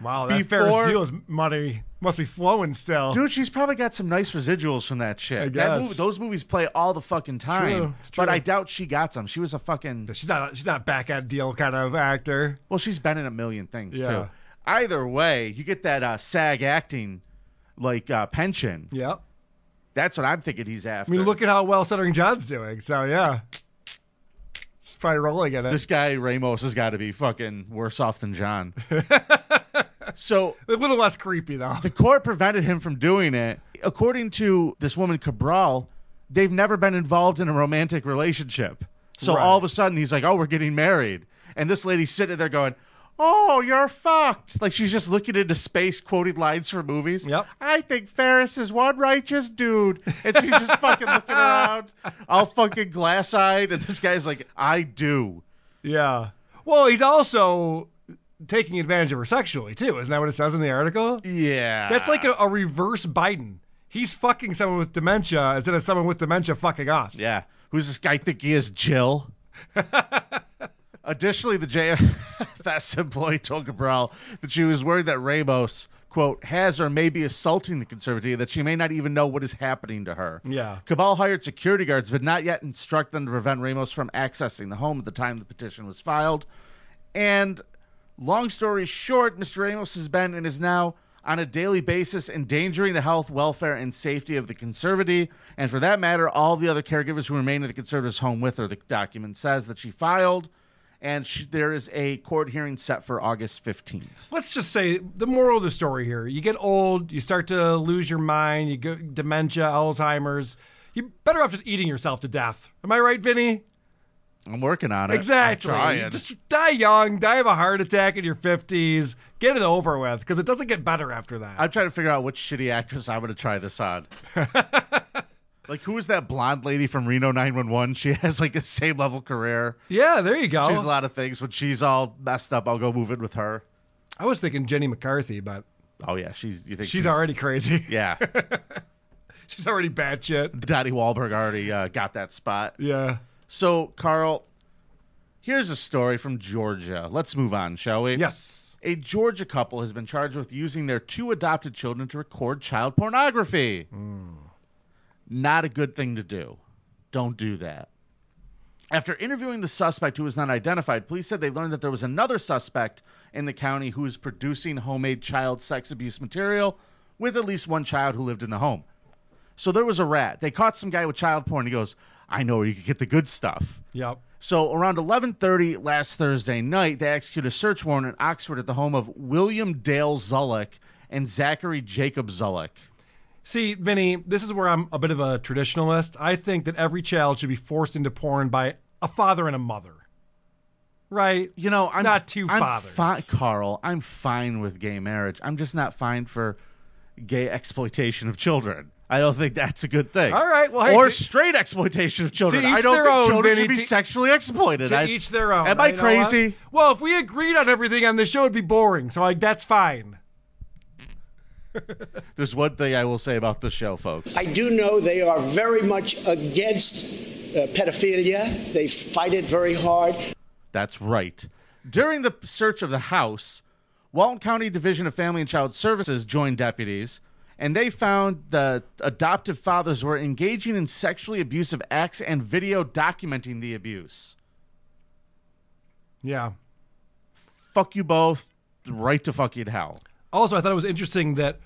Speaker 2: Wow, that
Speaker 1: Before-
Speaker 2: Ferris Bueller's money must be flowing still.
Speaker 1: Dude, she's probably got some nice residuals from that shit.
Speaker 2: I
Speaker 1: That
Speaker 2: guess.
Speaker 1: movie, those movies play all the fucking time.
Speaker 2: True, it's
Speaker 1: But
Speaker 2: true.
Speaker 1: I doubt she got some. She was a fucking.
Speaker 2: She's not. She's not back at deal kind of actor.
Speaker 1: Well, she's been in a million things
Speaker 2: Yeah.
Speaker 1: too. Either way, you get that uh, SAG acting like uh, pension.
Speaker 2: Yep.
Speaker 1: That's what I'm thinking he's
Speaker 2: I
Speaker 1: after.
Speaker 2: mean, look at how well Stuttering John's doing. So yeah, she's probably rolling in it.
Speaker 1: this guy Ramos has got to be fucking worse off than John. so
Speaker 2: a little less creepy though.
Speaker 1: the court prevented him from doing it. According to this woman Cabral, they've never been involved in a romantic relationship. So
Speaker 2: Right.
Speaker 1: all of a sudden he's like, "Oh, we're getting married," and this lady's sitting there going, "Oh, you're fucked!" Like she's just looking into space, quoting lines from movies. Yep. I think Ferris is one righteous dude, and she's just fucking looking around, all fucking glass-eyed, and this guy's like, "I do."
Speaker 2: Yeah. Well, he's also taking advantage of her sexually too. Isn't that what it says in the article?
Speaker 1: Yeah.
Speaker 2: That's like a, a reverse Biden. He's fucking someone with dementia instead of someone with dementia fucking us.
Speaker 1: Yeah. Who's this guy think he is, Jill? Additionally, the JFS employee told Cabral that she was worried that Ramos, quote, has or may be assaulting the conservative, that she may not even know what is happening to her.
Speaker 2: Yeah.
Speaker 1: Cabal hired security guards, but not yet instruct them to prevent Ramos from accessing the home at the time the petition was filed. And long story short, Mr. Ramos has been and is now on a daily basis endangering the health, welfare, and safety of the conservatee, and for that matter, all the other caregivers who remain at the conservative's home with her. The document says that she filed, and she, there is a court hearing set for August 15th.
Speaker 2: Let's just say the moral of the story here: you get old, you start to lose your mind, you go dementia, Alzheimer's. You're better off just eating yourself to death. Am I right, Vinny?
Speaker 1: I'm working on it. I'm
Speaker 2: Exactly.
Speaker 1: trying.
Speaker 2: Just die young, die of a heart attack in your 50s. Get it over with because it doesn't get better after that.
Speaker 1: I'm trying to figure out which shitty actress I'm going to try this on. like, who is that blonde lady from Reno 911? She has like a same level career.
Speaker 2: Yeah, there you go.
Speaker 1: She's a lot of things. When she's all messed up, I'll go move in with her.
Speaker 2: I was thinking Jenny McCarthy, but
Speaker 1: Oh yeah, she's. You think
Speaker 2: she's already crazy.
Speaker 1: Yeah,
Speaker 2: she's already batshit.
Speaker 1: Dottie Wahlberg already uh, got that spot.
Speaker 2: Yeah.
Speaker 1: So Carl, here's a story from Georgia. Let's move on, shall we?
Speaker 2: Yes.
Speaker 1: A Georgia couple has been charged with using their two adopted children to record child pornography. Not a good thing to do. Don't do that. After interviewing the suspect who was not identified, police said they learned that there was another suspect in the county who was producing homemade child sex abuse material with at least one child who lived in the home. So there was a rat. They caught some guy with child porn. He goes, "I know where you could get the good stuff."
Speaker 2: Yep.
Speaker 1: So around 11:30 last Thursday night, they executed a search warrant in Oxford at the home of William Dale Zullock and Zachary Jacob Zullock.
Speaker 2: See, Vinny, this is where I'm a bit of a traditionalist. I think that every child should be forced into porn by a father and a mother. right?
Speaker 1: You know, I'm
Speaker 2: not two
Speaker 1: I'm
Speaker 2: fathers.
Speaker 1: fi- Carl, I'm fine with gay marriage. I'm just not fine for gay exploitation of children. I don't think that's a good thing.
Speaker 2: All right, well, hey,
Speaker 1: or
Speaker 2: to-
Speaker 1: straight exploitation of children.
Speaker 2: to each
Speaker 1: I don't
Speaker 2: their
Speaker 1: think
Speaker 2: own,
Speaker 1: children
Speaker 2: Vinny,
Speaker 1: should be
Speaker 2: to-
Speaker 1: sexually exploited.
Speaker 2: To
Speaker 1: I-
Speaker 2: each their own.
Speaker 1: Am I
Speaker 2: You know what?
Speaker 1: crazy?
Speaker 2: Well, if we agreed on everything on this show, it'd be boring. So like, that's fine.
Speaker 1: There's one thing I will say about the show, folks.
Speaker 20: I do know they are very much against uh, pedophilia. They fight it very hard.
Speaker 1: That's right. During the search of the house, Walton County Division of Family and Child Services joined deputies, and they found the adoptive fathers were engaging in sexually abusive acts and video documenting the abuse.
Speaker 2: Yeah.
Speaker 1: Fuck you both. Right to fucking hell.
Speaker 2: Also, I thought it was interesting that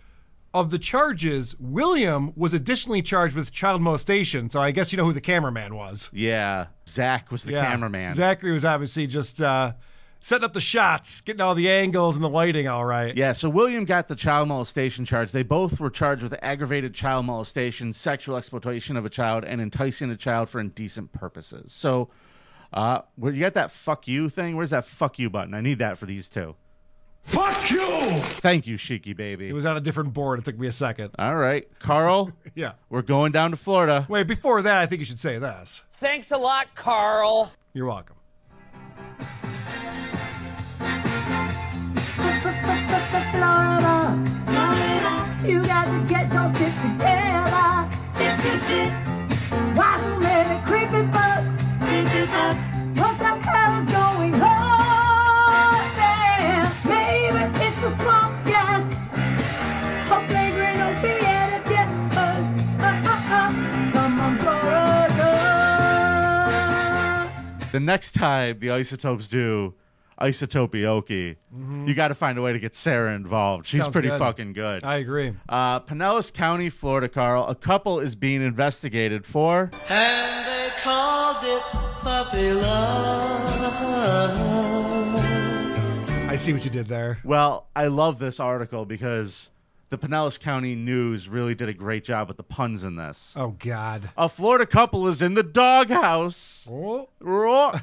Speaker 2: of the charges, William was additionally charged with child molestation. So I guess you know who the cameraman was.
Speaker 1: Yeah. Zach was the
Speaker 2: Yeah.
Speaker 1: cameraman.
Speaker 2: Zachary was obviously just uh, setting up the shots, getting all the angles and the lighting all right.
Speaker 1: Yeah, so William got the child molestation charge. They both were charged with aggravated child molestation, sexual exploitation of a child, and enticing a child for indecent purposes. So, uh, where you got that fuck you thing? Where's that fuck you button? I need that for these two.
Speaker 2: Fuck you!
Speaker 1: Thank you, Shiki baby.
Speaker 2: It was on a different board. It took me a second.
Speaker 1: All right, Carl.
Speaker 2: Yeah.
Speaker 1: We're going down to Florida.
Speaker 2: Wait, before that, I think you should say this.
Speaker 21: Thanks a lot, Carl.
Speaker 2: You're welcome.
Speaker 7: Florida, Florida, you got to get your shit together. Fix your shit. Why so many creepy bugs? Creepy bugs. What the hell is going on there? Maybe it's the swamp gas. But they really don't be at it yet. Uh, uh, uh, uh. Come on, Florida.
Speaker 1: The next time the isotopes do isotopioki, you got to find a way to get Sarah involved. She's
Speaker 2: Mm-hmm. Sounds
Speaker 1: pretty
Speaker 2: good.
Speaker 1: fucking good.
Speaker 2: I agree.
Speaker 1: Uh, Pinellas County, Florida, Carl. A couple is being investigated for.
Speaker 22: And they called it puppy love.
Speaker 2: I see what you did there.
Speaker 1: Well, I love this article because the Pinellas County News really did a great job with the puns in this.
Speaker 2: Oh, God.
Speaker 1: A Florida couple is in the doghouse. Roar.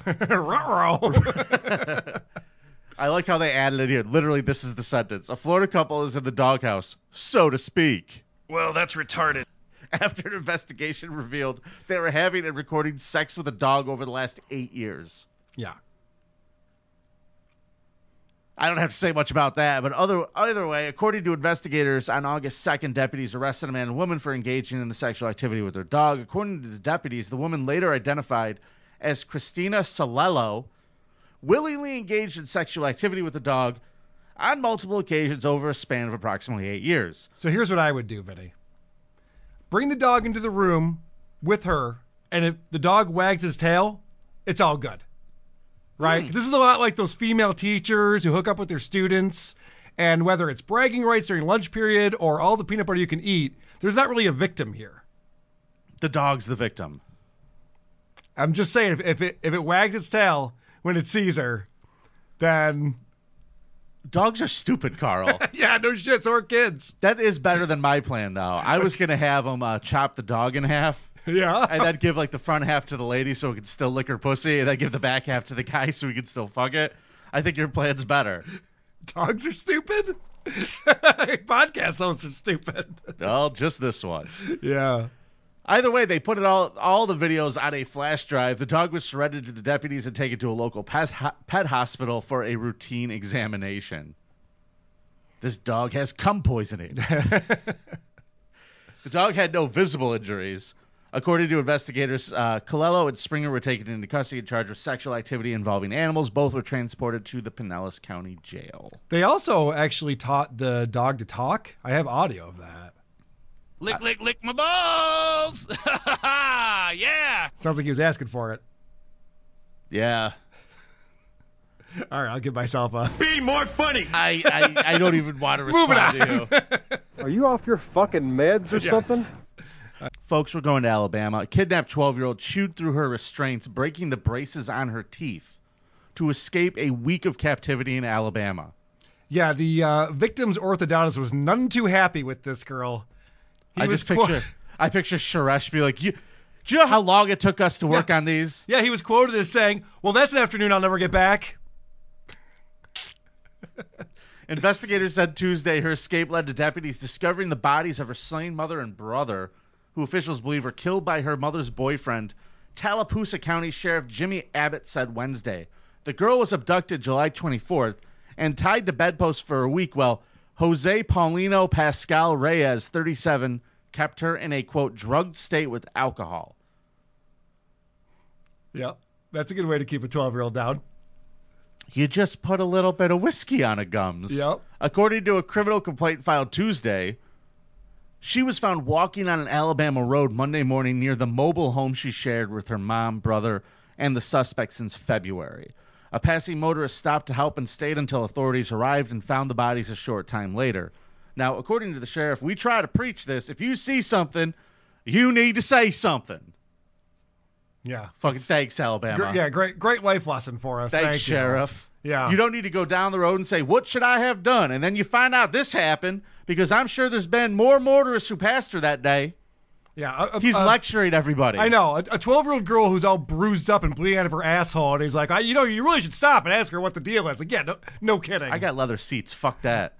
Speaker 1: I like how they added it here. Literally, this is the sentence. A Florida couple is in the doghouse, so to speak.
Speaker 23: Well, that's retarded.
Speaker 1: After an investigation revealed they were having and recording sex with a dog over the last eight years.
Speaker 2: Yeah.
Speaker 1: I don't have to say much about that, but other either way, according to investigators, on August 2nd, deputies arrested a man and woman for engaging in the sexual activity with their dog. According to the deputies, the woman later identified as Christina Salello willingly engaged in sexual activity with the dog on multiple occasions over a span of approximately eight years.
Speaker 2: So here's what I would do, Vinny. Bring the dog into the room with her, and if the dog wags his tail, it's all good. Right? This is a lot like those female teachers who hook up with their students, and whether it's bragging rights during lunch period or all the peanut butter you can eat, there's not really a victim here.
Speaker 1: The dog's the victim.
Speaker 2: I'm just saying, if, if it if it wags its tail when it sees her, then
Speaker 1: Dogs are stupid, Carl.
Speaker 2: yeah, no shits or kids.
Speaker 1: That is better than my plan, though. I was gonna have him uh, chop the dog in half.
Speaker 2: Yeah.
Speaker 1: and then give like the front half to the lady so we could still lick her pussy, and then give the back half to the guy so we could still fuck it. I think your plan's better.
Speaker 2: dogs are stupid. Podcast hosts are stupid.
Speaker 1: Well, just this one.
Speaker 2: Yeah.
Speaker 1: Either way, they put it all all the videos on a flash drive. The dog was surrendered to the deputies and taken to a local pet, ho- pet hospital for a routine examination. This dog has cum poisoning. the dog had no visible injuries. According to investigators, uh, Colello and Springer were taken into custody and charged with sexual activity involving animals. Both were transported to the Pinellas County Jail.
Speaker 2: They also actually taught the dog to talk. I have audio of that.
Speaker 23: Lick, lick, lick my balls. yeah.
Speaker 2: Sounds like he was asking for it.
Speaker 1: Yeah.
Speaker 2: All right, I'll give myself a.
Speaker 23: Be more funny.
Speaker 1: I, I, I don't even want to
Speaker 2: Moving
Speaker 1: respond
Speaker 2: on.
Speaker 1: to you.
Speaker 24: Are you off your fucking meds or
Speaker 1: Yes.
Speaker 24: something?
Speaker 1: Folks, we're going to Alabama. A kidnapped 12 year old chewed through her restraints, breaking the braces on her teeth to escape a week of captivity in Alabama.
Speaker 2: Yeah, the uh, victim's orthodontist was none too happy with this girl. He
Speaker 1: I
Speaker 2: was
Speaker 1: just
Speaker 2: qu-
Speaker 1: picture, I picture Suresh be like, you, Do you know how long it took us to work on these?
Speaker 2: Yeah, he was quoted as saying, "Well, that's an afternoon I'll never get back."
Speaker 1: Investigators said Tuesday her escape led to deputies discovering the bodies of her slain mother and brother, who officials believe were killed by her mother's boyfriend. Tallapoosa County Sheriff Jimmy Abbott said Wednesday. The girl was abducted July 24th and tied to bedposts for a week while Jose Paulino Pascal Reyes, 37, kept her in a quote drugged state with alcohol.
Speaker 2: Yeah, that's a good way to keep a 12 year old down.
Speaker 1: You just put a little bit of whiskey on her gums.
Speaker 2: Yep.
Speaker 1: According to a criminal complaint filed Tuesday, she was found walking on an Alabama road Monday morning near the mobile home she shared with her mom, brother, and the suspect since February. A passing motorist stopped to help and stayed until authorities arrived and found the bodies a short time later. Now, according to the sheriff, we try to preach this. If you see something, you need to say something.
Speaker 2: Yeah.
Speaker 1: Fucking thanks, Alabama.
Speaker 2: Gr- yeah, great, great life lesson for us.
Speaker 1: Thanks,
Speaker 2: Thank you.
Speaker 1: Sheriff.
Speaker 2: Yeah.
Speaker 1: You don't need to go down the road and say, What should I have done? And then you find out this happened because I'm sure there's been more motorists who passed her that day.
Speaker 2: Yeah, a- a-
Speaker 1: He's
Speaker 2: a-
Speaker 1: lecturing everybody.
Speaker 2: Uh, I know a twelve-year-old girl who's all bruised up and bleeding out of her asshole, and he's like, I, "You know, you really should stop and ask her what the deal is." Like, yeah, no, no kidding.
Speaker 1: I got leather seats. Fuck that.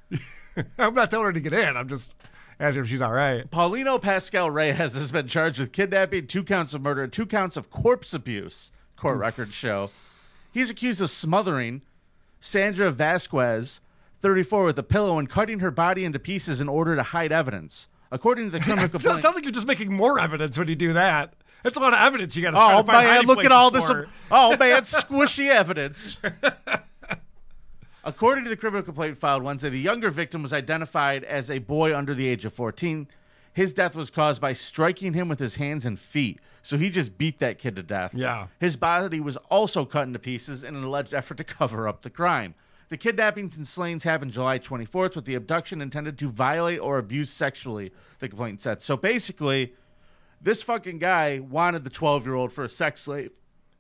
Speaker 2: I'm not telling her to get in. I'm just asking if she's all right.
Speaker 1: Paulino Pascal Reyes has been charged with kidnapping, two counts of murder, and two counts of corpse abuse, court records show. He's accused of smothering Sandra Vasquez, 34, with a pillow and cutting her body into pieces in order to hide evidence. According to the criminal
Speaker 2: So it
Speaker 1: complaint.
Speaker 2: sounds like you're just making more evidence when you do that. That's a lot of evidence you got to try
Speaker 1: Oh
Speaker 2: to find.
Speaker 1: man,
Speaker 2: hiding
Speaker 1: look at
Speaker 2: places
Speaker 1: all this!
Speaker 2: for.
Speaker 1: Oh man, squishy evidence. According to the criminal complaint filed Wednesday, the younger victim was identified as a boy under the age of 14. His death was caused by striking him with his hands and feet. So he just beat that kid to death.
Speaker 2: Yeah.
Speaker 1: His body was also cut into pieces in an alleged effort to cover up the crime. The kidnappings and slayings happened July 24th, with the abduction intended to violate or abuse sexually, the complaint said. So basically, this fucking guy wanted the 12 year old for a sex slave.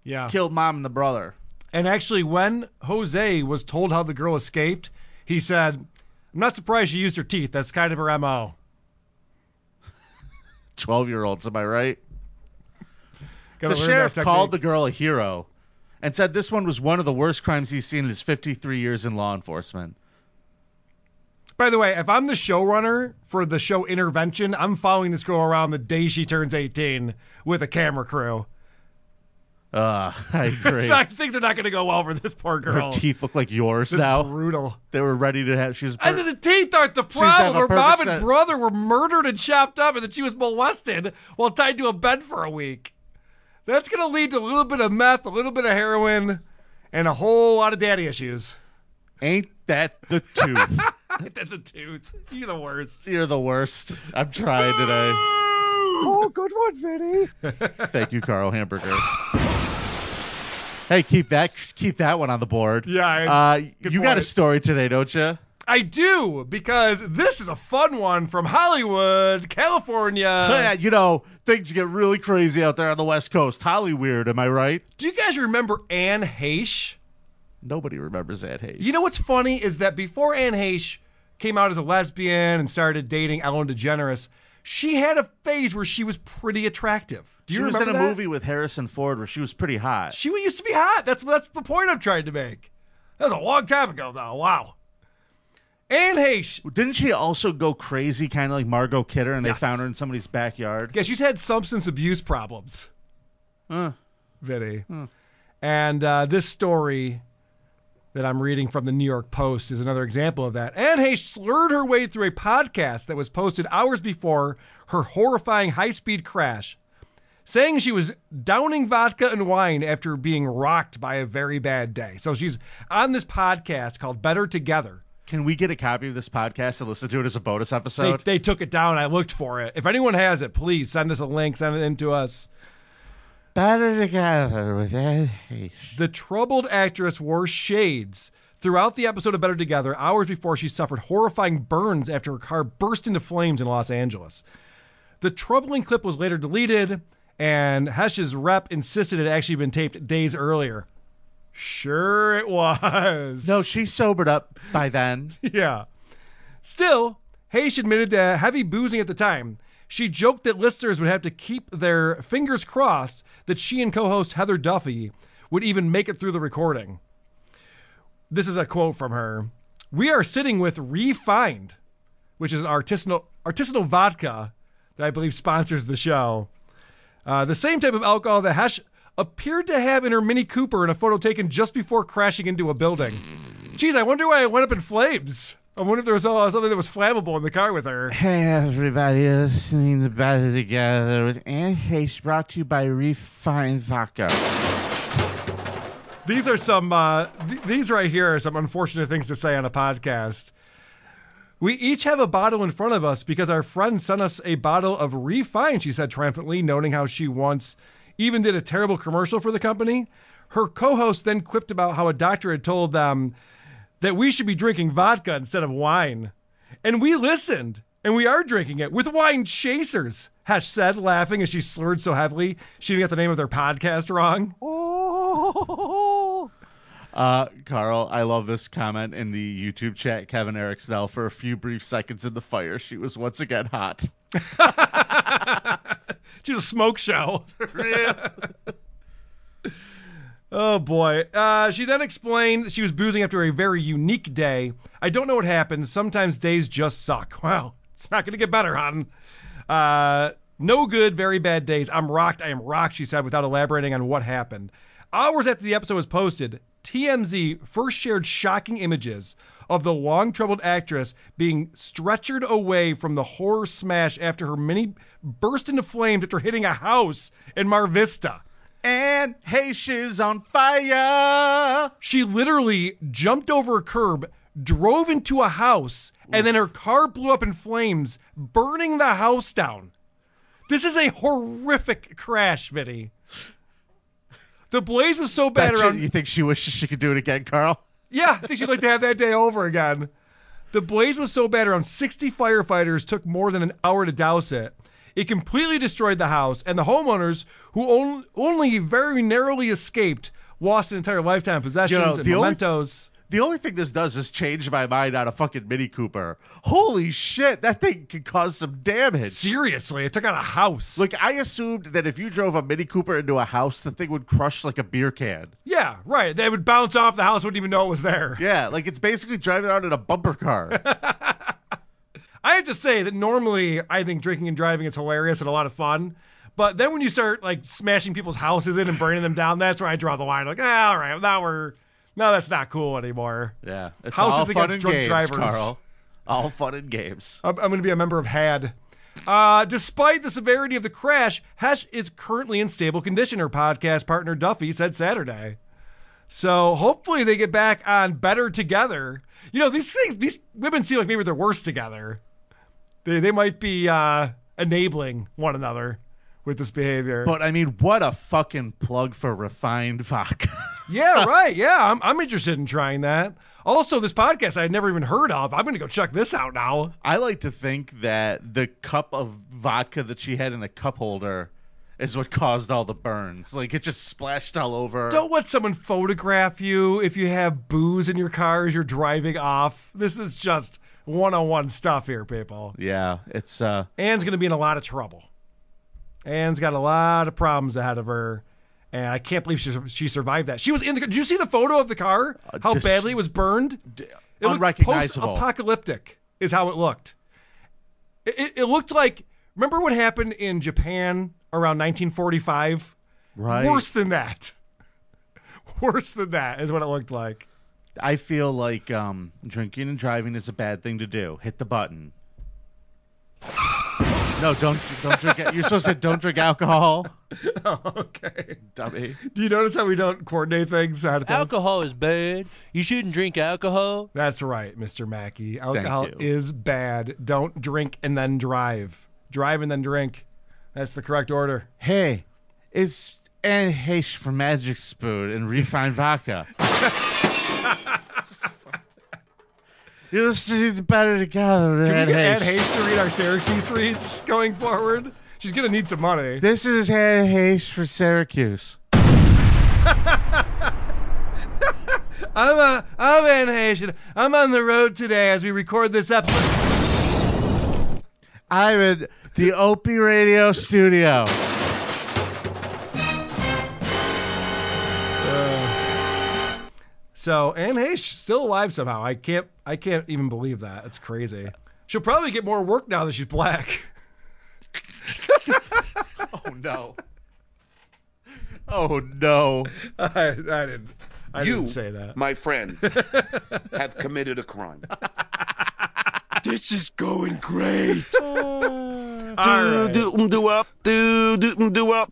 Speaker 2: Yeah.
Speaker 1: Killed mom and the brother.
Speaker 2: And actually, when Jose was told how the girl escaped, he said, "I'm not surprised she used her teeth. That's kind of her mo."
Speaker 1: 12 year olds, am I right?
Speaker 2: Gotta
Speaker 1: the
Speaker 2: learn
Speaker 1: sheriff
Speaker 2: that
Speaker 1: called the
Speaker 2: technique.
Speaker 1: girl a hero and said this one was one of the worst crimes he's seen in his 53 years in law enforcement.
Speaker 2: By the way, if I'm the showrunner for the show Intervention, I'm following this girl around the day she turns 18 with a camera crew.
Speaker 1: Uh, I agree.
Speaker 2: It's not, things are not going to go well for this poor
Speaker 1: Her
Speaker 2: girl.
Speaker 1: teeth look like yours
Speaker 2: That's
Speaker 1: now.
Speaker 2: brutal.
Speaker 1: They were ready to have. She was.
Speaker 2: And then the teeth aren't the
Speaker 1: She's having
Speaker 2: problem.
Speaker 1: a
Speaker 2: Her mom
Speaker 1: perfect
Speaker 2: and
Speaker 1: set.
Speaker 2: brother were murdered and chopped up, and then she was molested while tied to a bed for a week. That's going to lead to a little bit of meth, a little bit of heroin, and a whole lot of daddy issues.
Speaker 1: Ain't that the tooth?
Speaker 2: Did the tooth. You're the worst.
Speaker 1: You're the worst. I'm trying today.
Speaker 19: Oh, good one, Vinny.
Speaker 1: Thank you, Carl Hamburger. Hey, keep that keep that one on the board.
Speaker 2: Yeah, I-
Speaker 1: Uh,
Speaker 2: good
Speaker 1: you got a
Speaker 2: point.
Speaker 1: story today, don't you?
Speaker 2: I do because this is a fun one from Hollywood, California.
Speaker 1: uh, you know, things get really crazy out there on the West Coast. Holly weird, am I right?
Speaker 2: Do you guys remember Anne Heche?
Speaker 1: Nobody remembers that hate.
Speaker 2: You know what's funny is that before Anne Heche came out as a lesbian and started dating Ellen DeGeneres, she had a phase where she was pretty attractive. Do you
Speaker 1: she was
Speaker 2: remember
Speaker 1: in a
Speaker 2: that?
Speaker 1: movie with Harrison Ford where she was pretty hot.
Speaker 2: She used to be hot. That's that's the point I'm trying to make. That was a long time ago, though. Wow. Anne Heche.
Speaker 1: Didn't she also go crazy, kind of like Margot Kidder, and
Speaker 2: Yes.
Speaker 1: they found her in somebody's backyard?
Speaker 2: Yeah, she's had substance abuse problems.
Speaker 1: Huh.
Speaker 2: Vinny. And uh, this story that I'm reading from the New York Post is another example of that. Anne Hayes slurred her way through a podcast that was posted hours before her horrifying high speed crash, saying she was downing vodka and wine after being rocked by a very bad day. So she's on this podcast called Better Together.
Speaker 1: Can we get a copy of this podcast and listen to it as a bonus
Speaker 2: They,
Speaker 1: episode?
Speaker 2: they took it down. I looked for it. If anyone has it, please send us a link, send it in to us.
Speaker 1: Better together with that
Speaker 2: The troubled actress wore shades throughout the episode of Better Together, hours before she suffered horrifying burns after her car burst into flames in Los Angeles. The troubling clip was later deleted, and Hesh's rep insisted it had actually been taped days earlier. Sure, it was.
Speaker 1: No, she sobered up by then.
Speaker 2: Yeah. Still, Hayes admitted to heavy boozing at the time. She joked that listeners would have to keep their fingers crossed that she and co host Heather Duffy would even make it through the recording. This is a quote from her. We are sitting with Refined, which is an artisanal artisanal vodka that I believe sponsors the show. Uh, the same type of alcohol that Hesh appeared to have in her Mini Cooper in a photo taken just before crashing into a building. Geez, I wonder why it went up in flames. I wonder if there was uh, something that was flammable in the car with her.
Speaker 4: Hey, everybody, you're listening to Better Together with Anne Hayes, brought to you by Refined Vodka.
Speaker 2: These are some. Uh, th- these right here are some unfortunate things to say on a podcast. We each have a bottle in front of us because our friend sent us a bottle of Refine. She said triumphantly, noting how she once even did a terrible commercial for the company. Her co-host then quipped about how a doctor had told them that we should be drinking vodka instead of wine, and we listened. And we are drinking it with wine chasers, Hesh said, laughing as she slurred so heavily she even got the name of their podcast wrong.
Speaker 1: Uh, Carl, I love this comment in the YouTube chat. Kevin Eric Snell, for a few brief seconds in the fire, she was once again hot.
Speaker 2: she was a smoke show. Oh boy. Uh, she then explained that she was boozing after a very unique day. I don't know what happened. Sometimes days just suck. Well, it's not going to get better, hon. Uh, no good, very bad days. I'm rocked. I am rocked, she said, without elaborating on what happened. Hours after the episode was posted, TMZ first shared shocking images of the long troubled actress being stretchered away from the horror smash after her mini burst into flames after hitting a house in Mar Vista.
Speaker 1: And hey, she's on fire.
Speaker 2: She literally jumped over a curb, drove into a house, and then her car blew up in flames, burning the house down. This is a horrific crash, Vinny. The blaze was so bad
Speaker 1: Bet you-
Speaker 2: around.
Speaker 1: you think she wishes she could do it again, Carl?
Speaker 2: Yeah, I think she'd like to have that day over again. The blaze was so bad, around 60 firefighters took more than an hour to douse it. It completely destroyed the house, and the homeowners, who on- only very narrowly escaped, lost an entire lifetime of possessions
Speaker 1: You know,
Speaker 2: and
Speaker 1: the only-
Speaker 2: mementos.
Speaker 1: The only thing this does is change my mind on a fucking Mini Cooper. Holy shit, that thing could cause some damage.
Speaker 2: Seriously, it took out a house.
Speaker 1: Like I assumed that if you drove a Mini Cooper into a house, the thing would crush like a beer can.
Speaker 2: yeah, right. They would bounce off the house, wouldn't even know it was there.
Speaker 1: Yeah, like it's basically driving out in a bumper car.
Speaker 2: I have to say that normally I think drinking and driving is hilarious and a lot of fun. But then when you start like smashing people's houses in and burning them down, that's where I draw the line. Like, ah, all right, now we're now that's not cool anymore.
Speaker 1: yeah, it's
Speaker 2: Houses
Speaker 1: all fun
Speaker 2: against
Speaker 1: and
Speaker 2: drunk
Speaker 1: games,
Speaker 2: drivers.
Speaker 1: Carl. All fun and games.
Speaker 2: I'm, I'm going to be a member of HAD. Uh, despite the severity of the crash, Hesh is currently in stable condition. Her podcast partner Duffy said Saturday. So hopefully they get back on better together. You know these things. These women seem like maybe they're worse together. They they might be uh, enabling one another with this behavior.
Speaker 1: But I mean, what a fucking plug for refined vodka.
Speaker 2: yeah, right. Yeah, I'm I'm interested in trying that. Also, this podcast I had never even heard of. I'm going to go check this out now.
Speaker 1: I like to think that the cup of vodka that she had in the cup holder is what caused all the burns. Like it just splashed all over.
Speaker 2: Don't let someone photograph you if you have booze in your car as you're driving off. This is just one on one stuff here, people.
Speaker 1: Yeah, it's uh
Speaker 2: Anne's going to be in a lot of trouble. Anne's got a lot of problems ahead of her. And I can't believe she, she survived that. She was in the. Did you see the photo of the car? How
Speaker 1: Uh, dis-
Speaker 2: badly it was burned? It looked
Speaker 1: unrecognizable.
Speaker 2: post-apocalyptic is how it looked. It, it, it looked like. Remember what happened in Japan around 1945?
Speaker 1: Right.
Speaker 2: Worse than that. Worse than that is what it looked like.
Speaker 1: I feel like um, drinking and driving is a bad thing to do. Hit the button. No, don't don't drink. it. You're supposed to don't drink alcohol.
Speaker 2: okay,
Speaker 1: dummy.
Speaker 2: Do you notice how we don't coordinate things? Out of things?
Speaker 5: Alcohol is bad. You shouldn't drink alcohol.
Speaker 2: That's right, Mr. Mackey. Alcohol
Speaker 5: you.
Speaker 2: is bad. Don't drink and then drive. Drive and then drink. That's the correct order.
Speaker 1: Hey, it's Anne Heche from Magic Spoon and refined vodka. You're listening to Better Together with
Speaker 2: Can
Speaker 1: Anne
Speaker 2: we get Anne
Speaker 1: Heche.
Speaker 2: Hayes to read our Syracuse reads going forward? She's gonna need some money.
Speaker 1: This is Anne Heche for Syracuse.
Speaker 2: I'm a, I'm Anne Hayes. and I'm on the road today as we record this episode.
Speaker 1: I'm in the Opie Radio Studio.
Speaker 2: So Anne Heche still alive somehow. I can't. I can't even believe that. It's crazy. She'll probably get more work now that she's black.
Speaker 1: oh no. Oh no.
Speaker 2: I, I didn't. I
Speaker 3: you,
Speaker 2: didn't say that.
Speaker 3: my friend, have committed a crime.
Speaker 6: This is going great.
Speaker 1: do do do up do do do up.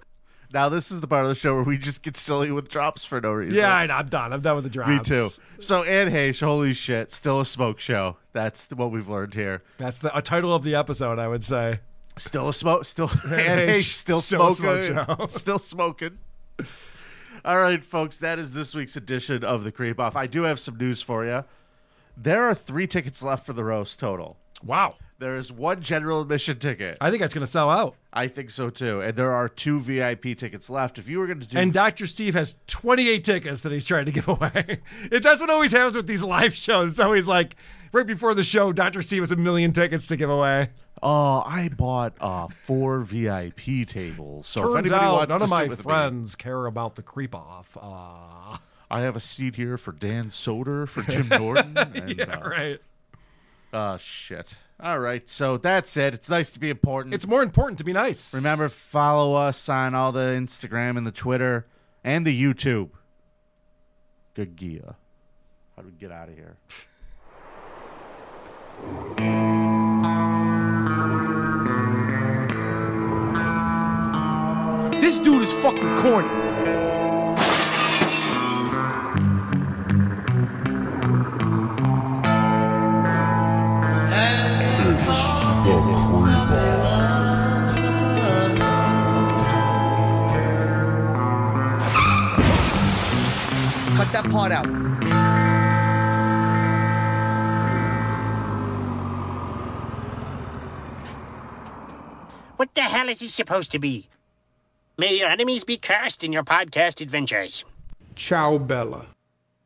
Speaker 1: Now this is the part of the show where we just get silly with drops for no reason.
Speaker 2: yeah, I know. I'm done. I'm done with the drops.
Speaker 1: Me too. So Anne Heche, holy shit, still a smoke show. That's what we've learned here.
Speaker 2: That's the a title of the episode. I would say.
Speaker 1: Still a smoke. Still
Speaker 2: Anne
Speaker 1: Anne Heche,
Speaker 2: Heche,
Speaker 1: still,
Speaker 2: still a smoke
Speaker 1: smoking. still smoking. All right, folks, that is this week's edition of the Creep Off. I do have some news for you. There are three tickets left for the roast total.
Speaker 2: Wow.
Speaker 1: There is one general admission ticket.
Speaker 2: I think that's going to sell out.
Speaker 1: I think so too. And there are two VIP tickets left. If you were going to do
Speaker 2: And Dr. Steve has 28 tickets that he's trying to give away. It, that's what always happens with these live shows. It's always like right before the show, Dr. Steve has a million tickets to give away.
Speaker 1: Oh, I bought uh, four VIP tables. So if
Speaker 2: Turns
Speaker 1: anybody
Speaker 2: out
Speaker 1: wants
Speaker 2: none
Speaker 1: to
Speaker 2: of
Speaker 1: sit
Speaker 2: my
Speaker 1: with me-
Speaker 2: friends care about the creep off. Uh,
Speaker 1: I have a seat here for Dan Soder, for Jim Norton. And,
Speaker 2: yeah,
Speaker 1: uh,
Speaker 2: right.
Speaker 1: Oh, shit. All right. So that's it. It's nice to be important.
Speaker 2: It's more important to be nice.
Speaker 1: Remember, follow us on all the Instagram and the Twitter and the YouTube. Good gear. How do we get out of here?
Speaker 8: This dude is fucking corny.
Speaker 20: Cut that part out.
Speaker 9: What the hell is this supposed to be? May your enemies be cursed in your podcast adventures.
Speaker 8: Ciao, Bella.